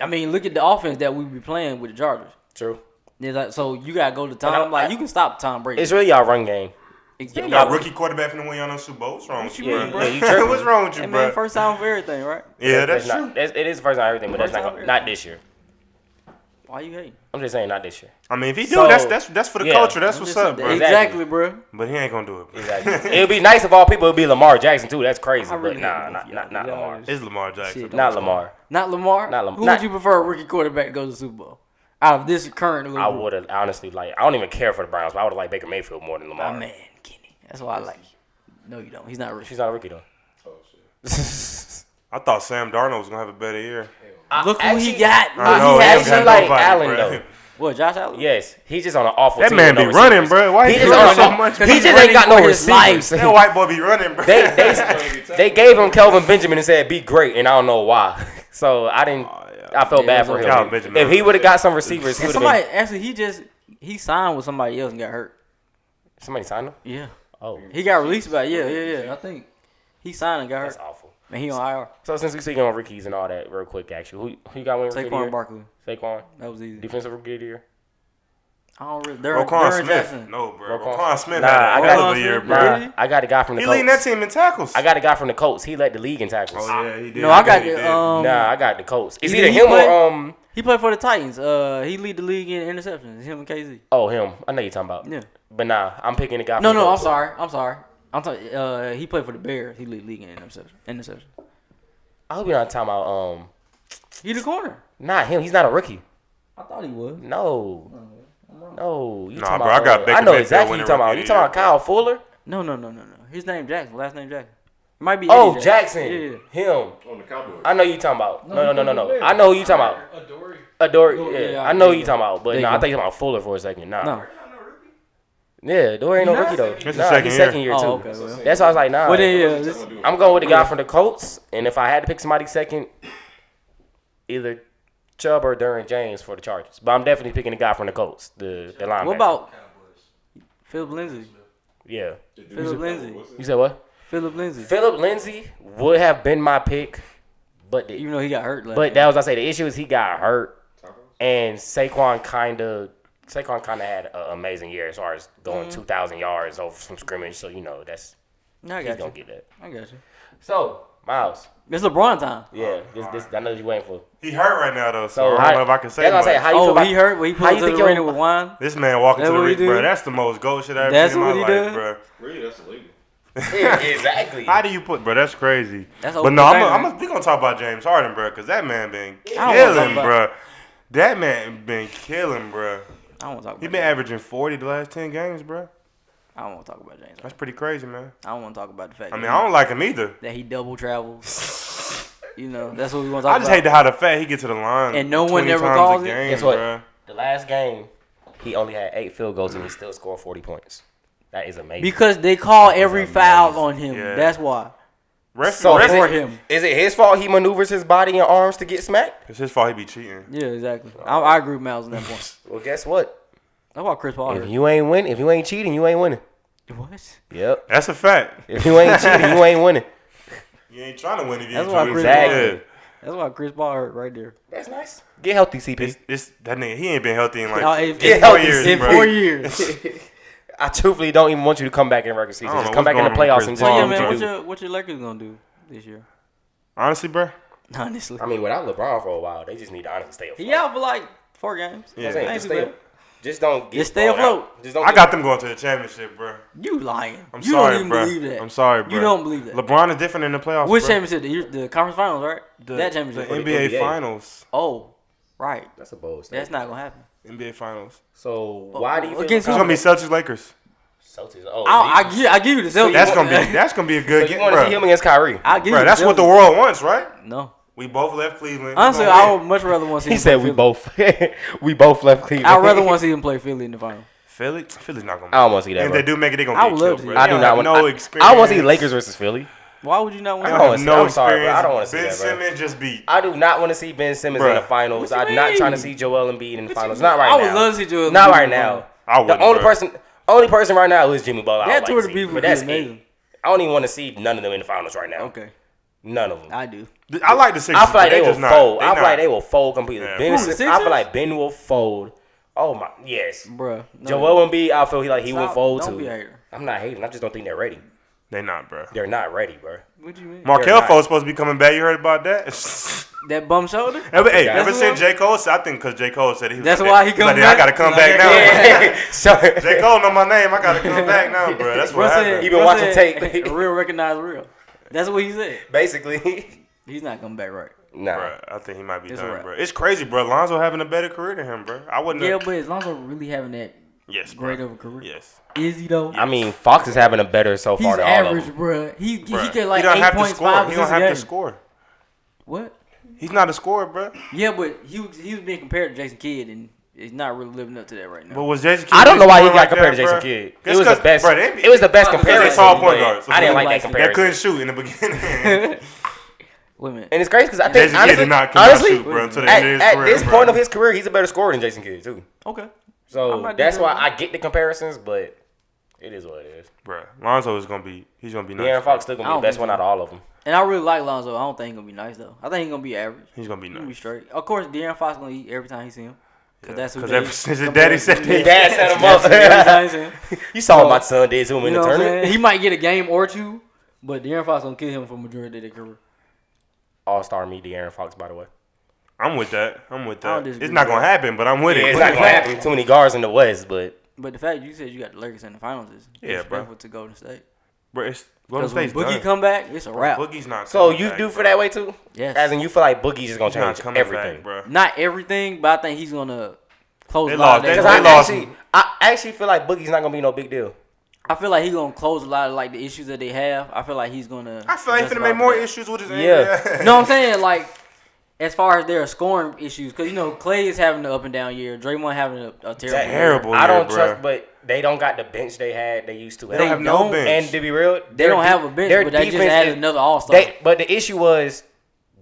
C: I mean, look at the offense that we be playing with the Chargers.
B: True.
C: It's like, so you gotta go to Tom.
B: I-
C: I'm like,
B: I-
C: you can stop Tom Brady.
B: It's really y'all run game.
C: It's,
D: You got rookie quarterback from the win y'all no Super Bowl. What's wrong with you,
C: you mean,
D: bro?
C: bro?
B: Yeah, you tripping.
D: What's wrong with you,
C: Hey,
D: bro?
C: man, first time for everything, right?
D: yeah, that's,
B: not,
D: true.
B: That's, it is first round everything, but that's
C: First
B: not
C: round
B: gonna- not this year.
C: Why you hating?
B: I'm just saying not this year.
D: I mean, if he do,
B: So-
D: that's that's that's for the
B: yeah.
D: culture. That's
C: I'm
D: what's
C: just-
D: up, bro.
C: Exactly, bro.
D: But he ain't gonna do it. Bro.
B: Exactly. It'd be nice if all people would be Lamar Jackson too. That's crazy,
C: I really
B: but nah,
C: hate
B: not not,
C: both y'all.
B: not
C: Y'all
B: Lamar.
C: is-
D: It's Lamar Jackson.
C: Shit.
B: Not Lamar.
C: Not Lamar.
B: Not Lam-
C: Who
B: not-
C: would you prefer a rookie quarterback to go to the Super Bowl out of this current league?
B: I would have honestly like. I don't even care for the Browns, but I would have liked Baker Mayfield more than Lamar.
C: My man, Kenny. That's why I like you. No, you don't. He's not rookie.
B: She's not a rookie though.
F: Oh shit.
D: I thought Sam Darnold was gonna have a better year.
C: Look who he
B: actually-
C: got. Look
D: I
C: who
D: know,
C: he
D: he
C: had.
D: don't got
B: actually like
D: nobody,
B: Allen
D: bruh.
B: though.
C: What, Josh Allen?
B: Yes, he's just on an awful.
D: That
B: team
D: man
B: with
D: be
B: no
D: running,
B: receivers.
D: bro. Why
B: He
D: he
B: just,
D: doing
B: on,
D: so much?
B: he just ain't
C: running
B: got no
C: for his
B: receivers.
D: That white boy be running, bro.
B: they, they, they gave him Kelvin Benjamin and said be great, and I don't know why. So I didn't.
D: Aw, Oh, yeah.
B: I felt
C: Yeah,
B: bad for
C: it was
B: him.
D: okay. Y'all bitching
B: if he
D: about
B: would have
D: that.
B: got some receivers, he
C: And
B: would have
C: somebody
B: been.
C: actually he just he signed with somebody else and got hurt.
B: Somebody signed him.
C: Yeah.
B: Oh,
C: He got released by yeah, yeah, yeah. I think he signed and got
B: that's
C: hurt.
B: awful.
C: And he on IR.
B: So since we speaking on rookies and all that, real quick, actually, who who you got one rookie? of the
C: Saquon
B: year?
C: Barkley.
B: Saquon,
C: That was easy.
B: defensive rookie of the year.
C: I don't really Darren,
D: Roquan
C: Darren
D: Smith.
C: Jackson.
D: No, bro.
B: Roquan-
D: Roquan, Smith
B: Nah, I
D: had
B: got-
D: an incredible year,
C: Roquan
D: bro.
C: Smith,
B: Nah, I got a guy from the
D: He
B: Colts.
D: leading that team in tackles.
B: I got a guy from the Colts. He led the league in tackles.
D: oh, yeah, he did.
C: No, I got
D: He did.
C: the um
B: nah, I got the Colts. It's
C: either
B: either
C: he
B: him
C: played-
B: or um.
C: he played for the Titans. Uh he lead the league in interceptions. Him and KZ.
B: Oh, him. I know you're talking about.
C: Yeah.
B: But nah, I'm picking the guy.
C: No,
B: from the
C: no, I'm
B: Colts.
C: sorry. I'm sorry. I'm talking uh he played for the Bears. He lead the league in interceptions. Interceptions.
B: I hope you're not talking about um.
C: He the corner.
B: Not him. He's not a rookie.
C: I thought he was.
B: No. No, you
D: Nah,
B: talking
D: bro, I
B: about,
D: got
B: uh,
D: Baker
B: I know
D: Mayfield
B: exactly
D: winning
B: you talking about.
D: rookie
B: You
D: of
B: talking
D: the
B: about
D: year,
B: Kyle Fuller?
C: No, no, no, no, no. His name Jackson. Last name Jackson. Might be.
B: Oh,
C: Eddie
B: Jackson.
C: Yeah, yeah.
B: Him.
F: On the Cowboys.
B: I know you talking about. No, no, no, no, no. I know who you talking about.
E: Adore.
B: Adore.
C: Oh,
B: Yeah,
C: yeah,
B: I know
C: there
B: who
C: you
B: you
C: go.
B: talking about. But
C: There
B: no,
C: you
B: I
C: go.
B: thought you talking about Fuller for a second. Nah.
C: No.
B: Yeah, Adore ain't no
C: He's
B: rookie
C: not
B: though.
D: It's his
B: Nah,
D: second
B: he's
D: year.
B: second year too.
C: Oh, okay. Well.
B: That's why I was like, nah.
C: Well, then, yeah, this-
B: I'm going with the guy from the Colts, and if I had to pick somebody second, either Chubb or Duran James for the Chargers. But I'm definitely picking the guy from the Colts, the the linebacker.
C: What about Philip Lindsay?
B: yeah?
C: Philip Lindsay.
B: You said what?
C: Philip Lindsay.
B: Philip Lindsay would have been my pick, but the,
C: Even though he got hurt last.
B: but
C: year.
B: that was I say the issue is he got hurt, and Saquon kind of Saquon kind of had an amazing year as far as
C: Mm-hmm.
B: going 2,000 yards over some scrimmage. So you know that's
C: No, I
B: he's
C: got
B: gonna
C: you.
B: get that.
C: I got you.
B: So Miles,
C: It's LeBron time.
B: yeah, this, this I know you waiting for.
D: He hurt right now, though, so,
B: So
D: I don't
B: how-
D: know if I can say
B: that's what I say,
D: much.
B: how you feel
C: Oh,
B: about-
C: he hurt when he
B: how
C: pulled
B: you
C: up to
B: think
C: the
B: your-
C: arena with wine.
D: This man walking
C: That
D: to the
C: what he
D: ring, bro.
C: do?
D: That's the most gold shit I ever
C: That's
D: seen in my
C: what he
D: life,
C: do?
D: bro.
F: Really, that's illegal.
B: Yeah, exactly.
D: How do you put, bro? That's crazy.
C: That's
D: but no,
C: open
D: I'm,
C: banner.
D: I'm, we gonna talk about James Harden, bro, because that man been
C: I don't wanna talk
D: killing,
C: about-
D: bro. That man been killing, bro.
C: I don't want to talk. About
D: He been
C: James.
D: averaging 40 the last 10 games, bro.
C: I don't want to talk about James.
D: That's pretty crazy, man.
C: I don't want to talk about the fact.
D: I mean,
C: that,
D: I don't like him either.
C: that he double travels. you know, that's what we want to talk
D: I just
C: about.
D: hate how the fat he get to the line.
C: And no one
D: 20
C: ever
D: times
C: calls
D: a
C: it?
D: game,
B: Guess what?
D: bro.
B: The last game, he only had eight field goals and he still scored 40 points. That is amazing.
C: because they call every foul on him.
D: Yeah.
C: That's why.
D: Rest,
B: so
D: rest,
B: is
C: for
B: it,
C: him.
B: Is it his fault he maneuvers his body and arms to get smacked?
D: it's his fault he be cheating.
C: Yeah, exactly. I, I agree with Miles on that point.
B: Well, guess what?
C: That's why Chris Paul.
B: If
C: hurt.
B: you ain't win, if you ain't cheating, you ain't winning.
C: What?
B: Yep.
D: That's a fact.
B: If you ain't cheating, you ain't winning.
D: You ain't trying to win if you
C: That's
D: ain't
C: why
D: trying to
C: Chris
B: Exactly.
D: win.
C: That's why Chris Paul hurt right there.
B: That's nice. Get healthy, CP.
D: It's, it's, that nigga, he ain't been healthy in like
C: Oh, if-
B: Get
C: if-
B: healthy,
D: years,
C: in
D: bro.
C: four years.
B: I truthfully don't even want you to come back in regular season.
D: don't
B: Just
D: know
B: come
D: what's
B: back in the
D: going on with
B: playoffs and just
D: Chris
C: So yeah,
D: Paul.
B: do what
C: man,
B: you
C: what
B: do.
C: your what your Lakers gonna do this year?
D: Honestly, bro.
C: Honestly,
B: I mean, without LeBron for a while, they just need to honestly stay afloat.
C: he out for like four games.
B: That's
D: Yeah.
B: it.
C: I ain't
B: Just
C: too
B: stay-
C: bad.
B: Just don't get
C: Just stay
B: blown out.
C: afloat.
B: Just don't
D: I
B: get-
D: got them going to the championship, bro.
C: You lying?
D: I'm
C: you
D: sorry,
C: don't even
D: bro.
C: believe that.
D: I'm sorry, bro.
C: You don't believe that.
D: LeBron is different in the playoffs.
C: Which
D: bro.
C: championship? The, year- the conference finals, right?
D: The,
C: that championship.
D: the
B: Or the
D: NBA,
B: NBA.
D: Finals.
C: oh, right.
B: That's Oh, a bold statement.
C: That's not gonna happen.
D: NBA Finals.
B: So why do you feel
C: Against
D: It's
C: who?
B: confident-
D: gonna be Celtics Lakers.
B: Celtics? Oh,
C: I,
B: so
C: I,
B: you-
C: give, I give you the Celtics.
D: That's gonna be that's gonna be a good
B: so you
D: game,
B: want to see him
D: bro.
B: against Kyrie?
C: I give
D: Bro,
C: you.
D: that's what the world wants, right?
C: Celtics. No,
D: We both left Cleveland. We
C: honestly,
D: gonna
C: I
D: win.
C: would much rather want to see.
B: He
C: him
B: said
C: play
B: we
C: Philly.
B: both we both left Cleveland.
C: I would rather want to see him play Philly in the final.
D: Philly. Philly's not gonna.
B: I don't want to see
D: and
B: that.
D: if
B: Bro.
D: they do make it, they gonna
C: I
D: get
C: would
D: killed,
C: love
D: bro.
C: to.
B: I
D: They
B: do
D: don't
B: not
D: have
B: want.
D: no
B: I,
D: experience.
B: I want to see Lakers versus Philly.
C: Why would you not want?
D: They
B: I
C: to
D: don't
B: don't wanna
D: have
B: see-
D: no
B: I'm sorry, bro. I don't wanna
D: experience.
B: see that,
D: Ben
B: bro.
D: Simmons just be.
B: I do not want to see Ben Simmons in
D: Bruh.
B: the finals.
C: What you
B: I'm not trying to
C: mean?
B: see Joel Embiid in the finals. Not right
C: I would
B: now.
C: love to see Joel
B: Not
C: Embiid
B: right
C: in the
B: now.
D: I
B: The
D: wouldn't,
B: only
D: bro.
B: person, only person right now is Jimmy Butler. I
C: That
B: would
C: tour
B: like
C: to
B: to see,
C: people
B: but
C: would be
B: that's
C: amazing.
B: it. I don't even want to see none of them in the finals right now.
C: Okay,
B: None of them.
C: I do.
D: I like the Sixers.
B: I feel like
D: but
B: they, will
D: just not-
B: fold.
D: they
B: I feel like
D: not.
B: they will fold completely.
D: Yeah.
B: Ben
C: Who,
B: Sim-
C: the
B: I feel
C: Sixers?
B: like Ben will fold. Oh my, yes.
C: Bruh. No.
B: Joel Embiid, I feel he like he will
C: Stop.
B: fold
C: Don't be a
B: too.
C: hater.
B: I'm not hating. I just don't think they're ready.
D: They not, bro.
B: They're not ready, bro.
C: What do you mean?
D: Markel
B: not.
D: Fultz supposed to be coming back. You heard about that?
C: That bum shoulder?
D: Ever, hey,
B: That's
D: ever
C: what-
D: since J. Cole, said- I think because J. Cole said he was
C: That's
D: like,
C: why
D: that-
C: he
D: was like,
C: come
D: that, I
C: back?
D: gotta come
C: Like,
D: back now.
B: so
D: J. Cole know my name. I gotta come back now, bro. That's what happened.
B: He been
C: bruh
B: watching
C: said,
B: tape.
C: real recognize real. That's what he said.
B: basically,
C: He's not coming back right.
B: nah.
D: Bruh, I think he might be
C: It's a
D: done,
C: wrap.
D: bro. It's crazy, bro. Lonzo having a better career than him, bro. I wouldn't.
C: Yeah,
D: have,
C: but is Lonzo really having that
D: yes, bro.
C: great of a career?
D: Yes,
C: Is he though?
B: I mean, Fox is having a better so
C: He's
B: far than all of
C: average,
B: them.
C: bruh. He
D: bro.
C: he get like
D: don't
C: eight
D: have to
C: points
D: score.
C: five
D: He
C: assists
D: don't
C: a
D: have
C: game.
D: to score.
C: What?
D: He's not a scorer, bro.
C: Yeah, but he was he was being compared to Jason Kidd, and he's not really living up to that right now.
D: But was Jason? Kidd
B: I don't know why he
D: scoring
B: got
D: like
B: compared to
D: that,
B: Jason
D: bruh?
B: Kidd. It
D: That's
B: was the
D: 'cause-
B: best.
D: bruh, they be-
B: It was the best
C: Because they
B: comparison.
D: tall point
B: but
D: guards.
B: I didn't
C: They
B: like that
C: like-
D: That couldn't
B: comparison.
D: shoot in the beginning.
C: Wait a minute.
B: And it's crazy because I think
D: Jason
B: honestly,
D: Kidd did not cannot
B: honestly
D: shoot, bro, until the
B: at,
D: end of his
B: at
D: career.
B: this
D: bro.
B: point of his career, he's a better scorer than Jason Kidd too.
C: Okay. I
B: So
C: might be
B: that's why
C: wrong.
B: I get the comparisons, but it is what it is.
D: Bro, Lonzo is gonna be. He's gonna be nice.
B: De'Aaron Fox still
C: I
B: gonna be
C: don't
B: the best one
C: think so.
B: out of all of them.
C: And I really like Lonzo. I don't think he's gonna be nice though. I think he's gonna be average.
D: He's gonna be
C: He's gonna be
D: nice.
C: straight. Of course, De'Aaron Fox gonna eat every time he see him. Cause that's who.
D: Because
C: they-
D: ever since his
C: compared
D: daddy
C: to
D: said
C: him.
D: that,
B: Dad set him
C: Every time he
B: up.
C: see him.
B: you saw what my son did to him
C: You
B: in
C: know
B: the
C: what I'm saying?
B: tournament.
C: He might get a game or two, but De'Aaron Fox gonna kill him for majority of the career.
B: All star me, De'Aaron Fox, by the way.
D: I'm with that. I'm with
C: I don't
D: that.
C: disagree
D: It's not
C: with
D: gonna happen, but I'm with
B: Yeah,
D: it.
B: it's not gonna happen. Too many guards in the West, but
C: But the fact you said you got the Lakers in the finals is
D: Yeah, bro.
C: disrespectful to Golden State.
D: Bro, it's Golden
C: Because when
D: State's
C: Boogie
D: done.
C: come back, it's a wrap.
D: Boogie's not.
B: so
D: coming
B: you
D: back,
B: do for
D: bro.
B: that way too.
C: Yes.
B: As in, you feel like Boogie's just gonna
D: He's not
B: change
D: coming
B: everything.
D: back, bro.
C: Not everything, but I think he's gonna close
D: They
C: a lot
D: lost.
C: of
B: Because
D: They
B: I
C: that.
D: lost.
B: actually, I actually feel like Boogie's not gonna be no big deal.
C: I feel like he's gonna close a lot of like the issues that they have. I feel like he's gonna.
D: I feel like he's
C: address
D: gonna
C: a lot
D: make
C: of
D: more
C: that.
D: issues with his.
B: Yeah.
C: No, I'm saying like as far as their scoring issues, because you know Clay is having an up and down year, Draymond having a, a terrible.
B: Exactly.
C: year.
D: Terrible
B: I
D: year,
B: don't
D: bro.
B: trust, but they don't got the bench they had. They used to.
D: They don't have no
C: don't,
D: bench.
B: And to be real,
C: They don't have a bench, but they just added another All Star.
B: They, but the issue was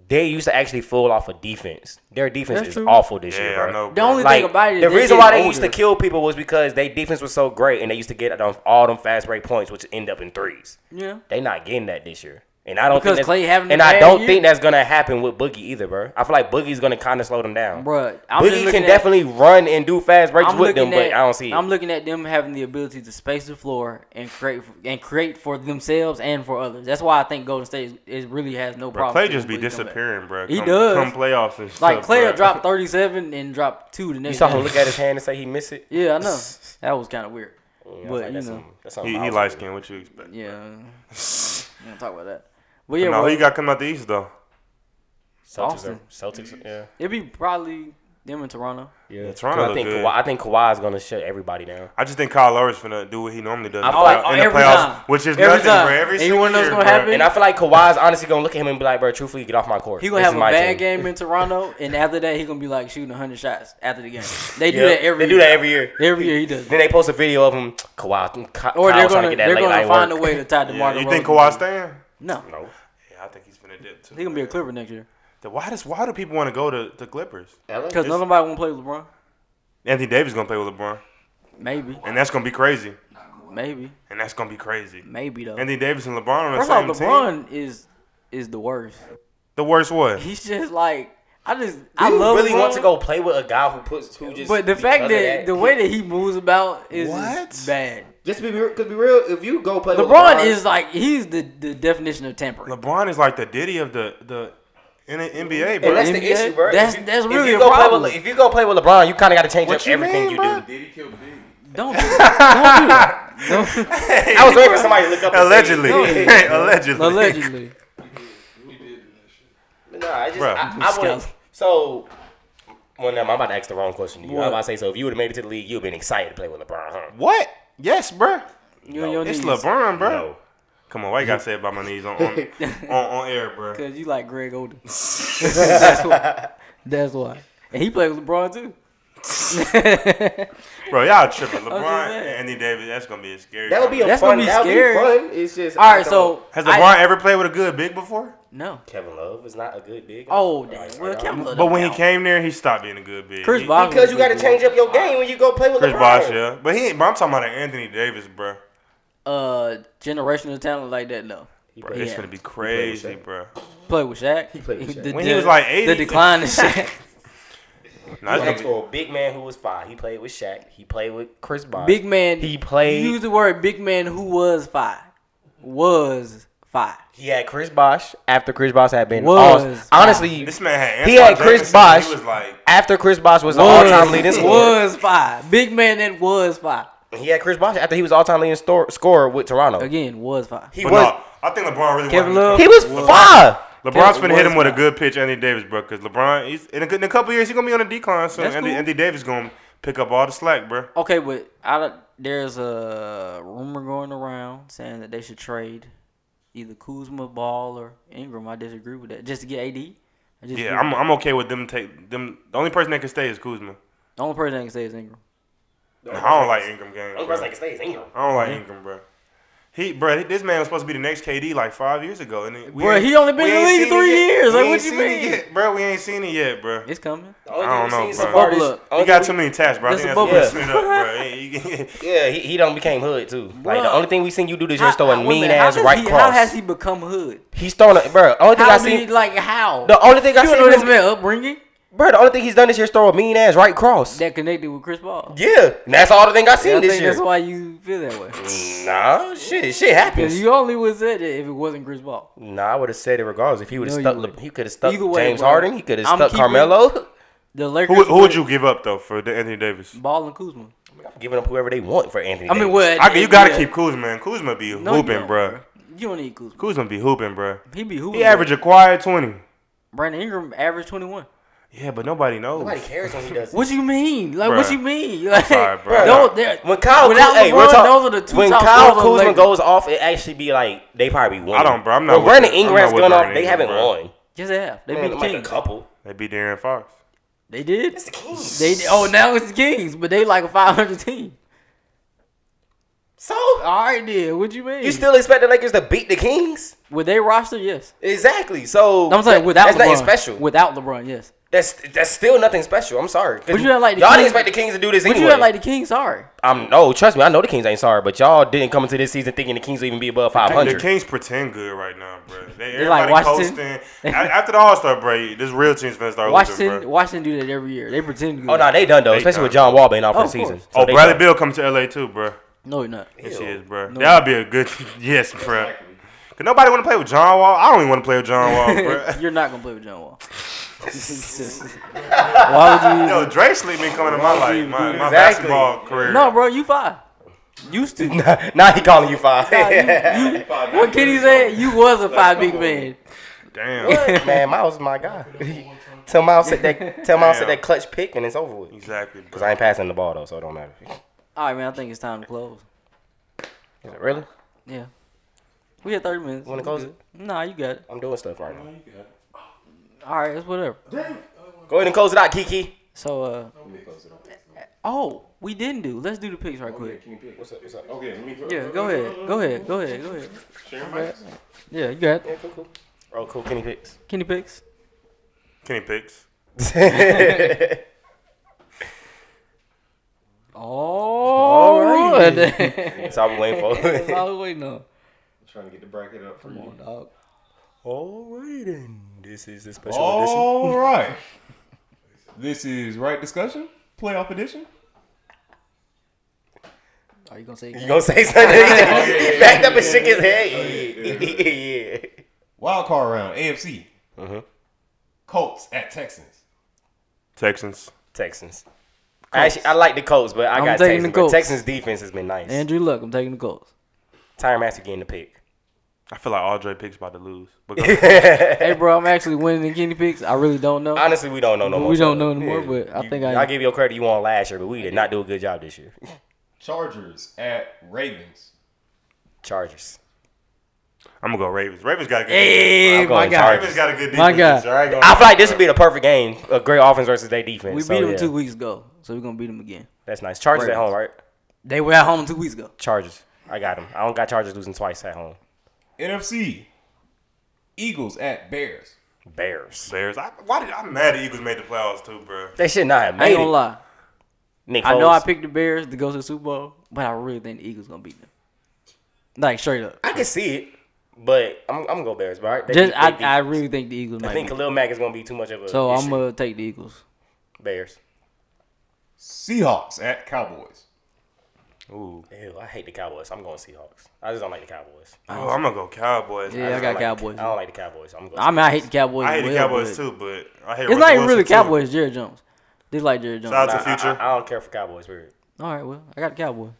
B: they used to actually fall off of defense. Their defense
C: That's
B: is
C: true.
B: awful this year.
D: Yeah,
B: Bro.
D: I know.
C: The
D: bro.
C: only
B: Like
C: thing about it, is
B: the
C: they
B: reason
C: getting
B: why they used to
C: older.
B: kill people was because their defense was so great, and they used to get them, all them fast break points, which end up in threes.
C: Yeah.
B: They not getting that this year. And I don't
C: Because
B: think that's-
C: Klay having a
B: and I
C: bad
B: don't
C: year?
B: think that's gonna happen with Boogie either, bro. I feel like Boogie's gonna kind of slow them down.
C: Bruh, I'm just
B: Boogie
C: looking
B: can
C: at-
B: definitely run and do fast breaks
C: I'm
B: with them,
C: looking
B: but
C: at,
B: I don't see it.
C: I'm looking at them having the ability to space the floor and create and create for themselves and for others. That's why I think Golden State is, is really has no
D: Bro,
C: problem.
D: Clay
C: taking
D: just be
C: Boogie comeback.
D: disappearing, bro.
C: He
D: come,
C: does.
D: Come playoffs and stuff.
C: Like Clay
D: bro.
C: dropped 37 and dropped two the
B: you
C: next.
B: saw him
C: game.
B: look at his hand and say he missed it.
C: Yeah, I know. That was kind of weird.
B: Yeah, I was
C: but
B: like, that's
C: you know,
B: something- that's something
D: He,
B: I
D: he
B: was
D: light
B: like,
D: skin. What you expect?
C: yeah. We don't talk about that. But yeah,
D: no,
C: bro,
D: he got come out the East though.
B: Celtics, are,
C: Boston.
B: Celtics, yeah.
C: it'd be probably them in Toronto.
B: Yeah,
D: Toronto
B: I
D: look
B: think
D: good.
B: Kawhi, I think Kawhi's gonna shut everybody down.
D: I just think Kyle Lowry's finna do what he normally does
B: I
D: in
B: feel like
D: the- in the
C: every
D: playoffs,
C: time.
D: which is
C: Every
D: nothing,
C: time.
D: bro. Every
C: And you
D: single
C: wanna know what's
D: year,
C: gonna
D: bro.
C: happen?
B: And I feel like Kawhi's honestly gonna look at him and be like, "Bro, truthfully, get off my court."
C: He gonna
B: This
C: have
B: is
C: a
B: my
C: bad
B: team."
C: game in Toronto, and after that, he gonna be like shooting 100 shots after the game. They do
B: Yeah,
C: that every.
B: They do
C: year.
B: that every year.
C: Every year he does. that.
B: Then they post a video of him, Kawhi, Ky- Kyle
C: Or they're
B: trying
C: gonna
B: to get that
C: they're
B: late
C: gonna
B: night
C: find
B: work.
C: a way to tie DeMar
D: Yeah,
C: DeRozan.
D: you think Kawhi's staying?
C: No,
B: No,
D: Yeah, I think he's finna dip too.
C: he gonna be a Clipper next year
D: The- Why does why do people want to go to the Clippers?
C: because nobody want to play with LeBron.
D: Anthony Davis gonna play with LeBron,
C: Maybe,
D: and that's gonna be crazy.
C: maybe,
D: And that's gonna be crazy.
C: maybe though.
D: Anthony Davis and LeBron on the
C: First
D: same
C: off,
D: team.
C: LeBron is is the worst.
D: The worst what?
C: He's just like I just
B: I
C: I love
B: really
C: LeBron,
B: want to go play with a guy who puts who just.
C: but the fact that,
B: because of
C: the way that he moves about is
D: What?
C: just bad.
B: just be real, cause be real, if you go play with
C: LeBron is like he's the, the definition of tampering.
D: LeBron is like the Diddy of the the N- NBA, bro.
B: And that's the
C: NBA?
B: issue, bro.
C: That's-
B: if you,
C: that's
B: if
C: really
B: you
C: a
B: go
C: problem.
B: Play with, if you go play with LeBron, you kind of got to change
D: What
B: up
D: you
B: everything
D: mean,
B: you
D: bro?
B: do.
F: Did he kill Big?
C: Don't do that. don't do that.
B: I was waiting for somebody to look up. and say-
D: Allegedly, allegedly,
C: Don't, allegedly.
B: No, I just
D: Bruh.
B: I, I would.
C: Disgusting.
B: So, well, now I'm about to ask the wrong question to you. I'm
C: What?
B: about to say so. If you would have made it to the league, you'd have been excited to play with LeBron, huh?
D: What? Yes, bro.
C: You and your
D: It's
C: knees.
D: LeBron, bro.
B: No.
D: Come on, why you gotta say about my knees on on, on, on air, bro?
C: Cause you like Greg Oden. that's, why. that's why. And he played with LeBron too.
D: Bro, y'all tripping. LeBron
C: saying.
D: and Anthony Davis, that's gonna be a scary.
B: That would be a
C: That's
B: fun.
C: gonna be
B: that would be
C: scary.
B: fun. It's just.
C: All right,
B: I
C: so
B: don't-
D: Has
C: I-
D: LeBron ever played with a good big before?
C: no.
B: Kevin Love is not a good big.
C: Oh
B: All right,
C: damn.
B: sorry,
C: Well,
B: y'all.
C: Kevin Love
D: But
C: don't
D: when he
C: count.
D: came there, he stopped being a good big.
C: Chris
D: He-
C: Bosh
B: Because
C: was
B: you got
C: good
B: to
C: too.
B: change up your game when you go play with
D: Chris
B: LeBron.
D: Bosh, yeah. But he, ain't- but I'm talking about an Anthony Davis, bro.
C: uh generational talent like that no.
D: Bro, it's
C: Yeah.
D: gonna be crazy,
B: Shaq.
D: bro.
C: Play with Shaq. He
B: played with Shaq.
D: When he was like 80.
C: The decline of Shaq.
D: Nah, it's
B: He
D: gonna
B: asked
D: be-
B: for a big man who was five. He played with Shaq. He played with Chris Bosh.
C: big man.
B: He played-
C: Use the word big man who was five. Was five.
B: He had Chris Bosh after Chris Bosh had been
C: Was.
B: all. Honestly,
D: this man had
B: he had
D: Antoine
B: Chris
D: Jameson, and
B: Bosh
D: He was like,
B: after Chris Bosh was the all-time leading scorer.
C: was five. Big man that was five.
B: He had Chris Bosh after he was all-time leading stor- scorer with Toronto.
C: Again, was five.
B: He
D: but
B: was.
D: no, I think LeBron really
C: Kevin Love.
D: wanted him to come.
B: He was
C: Was-
B: five.
D: LeBron's
C: Kevin
D: gonna hit
C: was
D: him with a
C: not.
D: good pitch, Anthony Davis, bro. Because LeBron, he's in a, good- in a couple years, he's gonna be on a decline soon.
C: That's
D: Anthony,
C: cool.
D: Anthony Davis gonna pick up all the slack, bro.
C: Okay, but I don't- there's a rumor going around saying that they should trade either Kuzma, Ball, or Ingram. I disagree with that. Just to get AD. I disagree
D: Yeah,
C: with
D: I'm,
C: that.
D: I'm okay with them. Take them. The only person that can stay is Kuzma.
C: the only person that can say is Ingram.
D: I don't like Ingram games.
B: I was
D: bro.
B: like, stay Ingram.
D: I don't like Ingram, bro. He, bro, this man was supposed to be the next KD like five years ago, and it- we
C: Bruh,
D: ain't-
C: he only been
D: we
C: in the
D: ain't
C: league
D: seen
C: three
D: it yet.
C: years.
D: We
C: Like,
D: ain't
C: what you
D: seen it
C: mean?
D: yet, bro? We ain't seen it yet, bro.
C: It's coming.
D: I don't know, bro.
C: bubble
D: He got too many tasks, bro. I
C: This
D: think
C: is
D: that's what
B: bubble.
D: messing it up, bro. He- he-
B: Yeah, he, he done became hood too. Like the
C: Bruh.
B: only thing we seen you do this year is throw
C: How-
B: a
C: how- wait
B: mean
C: minute, how
B: ass
C: does
B: right
C: he- How
B: cross.
C: has he become hood?
B: He's throwing a bro. Only thing
C: How
B: I
C: did he,
B: seen.
C: like how?
B: The only thing I
C: you don't know
B: seen
C: this
B: him,
C: man upbringing
B: bro. The only thing he's done this year is throw a mean ass right cross.
C: that connected with Chris Paul.
B: Yeah, and that's all the thing I
C: Yeah,
B: seen
C: I
B: this
C: think
B: year.
C: that's why you feel that way.
B: Nah, shit, shit
C: Because
B: happens.
C: you only would said that if it wasn't Chris Paul.
B: Nah, I would have said it regardless. If he would
C: No,
B: have
C: you
B: stuck,
C: wouldn't.
B: Le- he could have stuck
C: Either way,
B: James
C: bro.
B: Harden. He could have
C: I'm
B: stuck
C: keeping-
B: Carmelo.
C: The Lakers.
D: who, who would you give up though for the Anthony Davis?
C: Ball and Kuzma.
B: Giving up whoever they want for Anthony.
C: I mean,
B: Davis.
C: what?
D: I, you gotta
C: yeah.
D: keep Kuzma. Kuzma be
C: No, you
D: hooping,
C: don't,
D: bro.
C: You don't need Kuzma.
D: Kuzma be hooping, bro.
C: He be hooping.
D: He average a quiet twenty.
C: Brandon Ingram averaged twenty one.
D: Yeah, but nobody knows.
B: Nobody cares when he does. it.
C: What you mean? Like what
D: Bruh.
C: you mean? Like,
D: sorry, bruh.
C: No, they're-
B: When Kyle,
C: Without
B: hey, we're
C: LeBron,
B: talk-
C: those are the two
B: when
C: top
B: Kyle
C: scorers on the
B: Kuzma
C: Lakers.
B: goes off, it actually be like they probably won.
D: I don't, bro. I'm not
B: When
D: with
B: Brandon
D: it. I'm not
B: Ingram's
D: with
B: gone off,
D: Brandon
B: they
D: Ingram,
B: haven't
D: bro.
B: won.
C: Yes, they have. They
B: Man,
C: beat the
B: like a
C: Kings.
B: couple.
D: They beat Darren Fox.
C: They did.
B: the Kings.
C: They oh now it's the Kings, but they like a five hundred team.
B: so
C: All right, then. What you mean?
B: you still expect the Lakers to beat the Kings?
C: with their roster? Yes.
B: Exactly. So
C: I'm saying
B: that-
C: without
B: that's
C: LeBron.
B: nothing special.
C: Without Lebron, yes.
B: that's that's still nothing special. I'm sorry. 'Cause
C: But you act like the
B: y'all didn't
C: Kings-
B: expect the Kings to do this
C: But
B: anyway.
C: you had like the Kings. Sorry.
B: I'm no, trust me, I know the Kings ain't sorry, but y'all didn't come into this season thinking the Kings would even be above
D: The
B: 500.
D: Kings pretend good right now, bro. They,
C: They like
D: everybody
C: Washington.
D: coasting. A- After the All Star break, this real team's gonna start
C: Washington,
D: losing, bro.
C: Washington do that every year. They pretend. Good.
B: Oh no, they done though,
D: They
B: especially
D: done.
B: with John Wall being out for
C: Oh,
B: the
C: of
B: season.
C: course.
B: So
D: Oh,
B: they
D: Bradley
B: done.
D: Bill coming to LA too, bro.
C: no, you're not.
D: Yes, he is, bro.
C: No.
D: That'll be a good yes, bro. Cause nobody want to play with John Wall. I don't even want to play with John Wall, Oh, bro.
C: you're not gonna play with John Wall. Why would you?
D: Yo, Dre Sleep been coming to my life, my, my
B: Exactly.
D: basketball career.
C: No, bro, you five. Used to.
B: now he calling you five.
C: Nah, you- you- what Kenny said? You was a five big man.
D: Damn.
B: Man, Miles is my guy. tell Miles hit that tell Miles hit
D: Damn.
B: that clutch pick and it's over with.
D: Exactly. Bro.
B: Cause I ain't passing the ball though, so it don't matter.
C: All right, man. I think it's time to close.
B: Is it really?
C: Yeah. We had 30 minutes.
B: Wanna
C: We
B: close
C: good. Nah, you got it.
B: I'm doing stuff right now.
C: All right, it's whatever.
B: Go ahead and close it out, Kiki.
C: So, uh, oh, we didn't do. Let's do the picks right quick.
F: What's up? What's up? Okay, let me go.
C: Yeah, go ahead. Go ahead. Go ahead. Go ahead.
F: Sharon Michaels?
C: Yeah, you got it.
B: cool, cool. Oh, cool, Kenny picks.
C: Kenny picks.
D: Kenny picks.
C: All right. That's
B: That's all we waiting for.
C: all we waiting on.
F: I'm trying to get the bracket up for you.
C: Dog.
B: Alright then. This is a special
F: All right. This is right discussion playoff edition.
C: Are you gonna say?
B: You gonna say something? he backed up and shook his head. Oh, Yeah.
F: Wild card round, AFC. Uh-huh. Colts at Texans.
D: Texans.
B: Texans. Actually, I like the Colts, but I
C: I'm
B: got
C: taking
B: Texans.
C: the
B: but
C: Colts.
B: Texans defense has been nice.
C: Andrew Luck. I'm taking the Colts.
B: Tyron Master getting the pick.
D: I feel like Andre picks about to lose. But
C: Hey, bro, I'm actually winning the Kenny picks. I really don't know.
B: Honestly, we don't know no more.
C: we don't
B: so-
C: know anymore,
B: Yeah.
C: but I
B: You-
C: think
B: I'll
C: I.
B: give you a credit you won last year, but we did not do a good job this year.
F: Chargers at Ravens.
B: Chargers.
D: I'm gonna go Ravens. Ravens got a good.
C: Hey,
B: I'm going
C: my God.
D: Ravens got a good defense.
C: My God.
D: so I ain't gonna-
B: I feel like this would be the perfect game. A great offense versus their defense.
C: We beat
B: so,
C: them
B: yeah,
C: two weeks ago, so we're gonna beat them again.
B: That's nice. Chargers at
C: Ravens.
B: home, right?
C: They were at home two weeks ago.
B: Chargers. I got them. I don't got Chargers losing twice at home.
F: NFC. Eagles at Bears.
B: Bears.
D: Bears. I, why did I'm mad the Eagles made the playoffs too, bro?
B: They should not have
C: I
B: made
C: ain't gonna
B: it.
C: lie.
B: Nick
C: I know I
B: Foles.
C: picked the Bears to go to the Super Bowl, but I really think the Eagles gonna beat them. Like straight up,
B: I can see it, but I'm, I'm gonna go Bears. But all right, they
C: just
B: beat-
C: I,
B: they beat-
C: I really think the Eagles might.
B: I think
C: win.
B: Khalil Mack is gonna be too much of a.
C: so I'm
B: issue.
C: gonna take the Eagles.
B: Bears.
F: Seahawks at Cowboys.
D: Ooh.
B: Ew, I hate the Cowboys. I'm going Seahawks. I just don't like the Cowboys.
D: Oh, I'm gonna go Cowboys.
C: Yeah, I
D: just
C: got
D: like-
B: I
C: Cowboys. I,
B: don't like the Cowboys. I'm going.
C: mean, I hate the Cowboys.
D: I hate
C: as
D: the
C: well,
D: Cowboys
C: but
D: too, but I hate.
C: It's
D: Russell
C: not even really
D: Wilson,
C: the
D: too.
C: Cowboys. Jared Jones. They like Jared Jones.
D: Shout out to
B: I,
D: Future.
B: I, I don't care for Cowboys. Period.
C: All right, well, I got the Cowboys.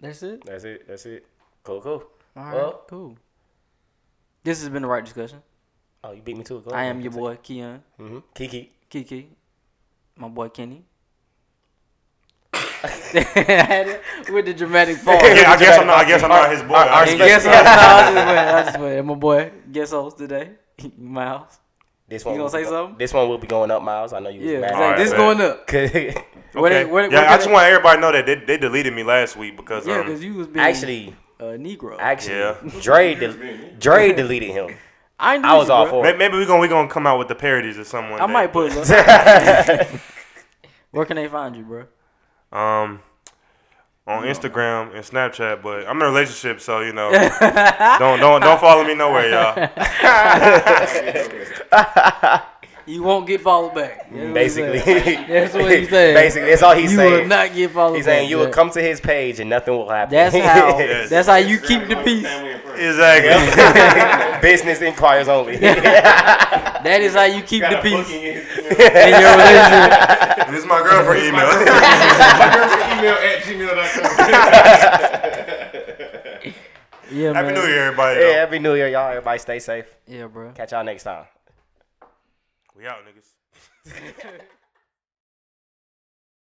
C: That's it.
B: That's it. That's it. Cool, cool.
C: All right,
B: Well-
C: cool. This has been the right discussion.
B: Oh, you beat me to it. Go
C: I
B: ahead.
C: am your boy Keon
B: Mhm. Kiki.
C: Kiki, my boy Kenny. With the dramatic pause.
D: Yeah, I guess I'm not. I guess I'm not his boy. I
C: And
D: respect
C: guess what? No, I just went. I just went. And my boy guest host today, Miles.
B: This one
C: You
B: will
C: gonna
B: be go-
C: say something?
B: This one will be going up, Miles. I know you.
C: Yeah,
B: was
C: exactly.
B: mad.
D: Alright,
C: this
D: bet.
C: going up.
B: Cause
C: What
D: Okay.
C: it- what it-
D: yeah,
C: what
D: I
C: it-
D: just want everybody to know that they, they deleted me last week because
C: Yeah,
D: um,
C: because you was being
B: actually,
C: a Negro.
B: actually,
D: Yeah.
B: Dre, de- Dre deleted him.
C: I, ain't do
B: I was
C: you,
B: all
C: bruh.
B: for
D: May-
B: it.
D: Maybe we're gonna we gonna come out with the parodies or someone.
C: I might put it up. Where can they find you, bro?
D: um on Instagram and Snapchat, but I'm in a relationship, so you know, don't don't don't follow me nowhere, y'all.
C: You won't get followed back. That's what
B: Basically,
C: he said. That's what he said.
B: Basically, that's all he's
C: you will
B: saying.
C: not get followed
B: he's
C: back.
B: saying you will
C: Jack.
B: come to his page and nothing will happen.
C: That's how.
D: Yes.
C: That's how you keep the peace.
D: Exactly.
B: Business inquiries only.
C: That is how you keep the peace in
F: Peace.
C: your relationship.
D: this is my girlfriend email.
F: email at gmail.com.
C: Yeah,
D: Happy
C: man.
D: New Year, everybody.
B: yeah,
D: Yeah.
B: every New Year, y'all. Everybody stay safe.
C: Yeah, bro.
B: Catch y'all next time.
D: We out, niggas.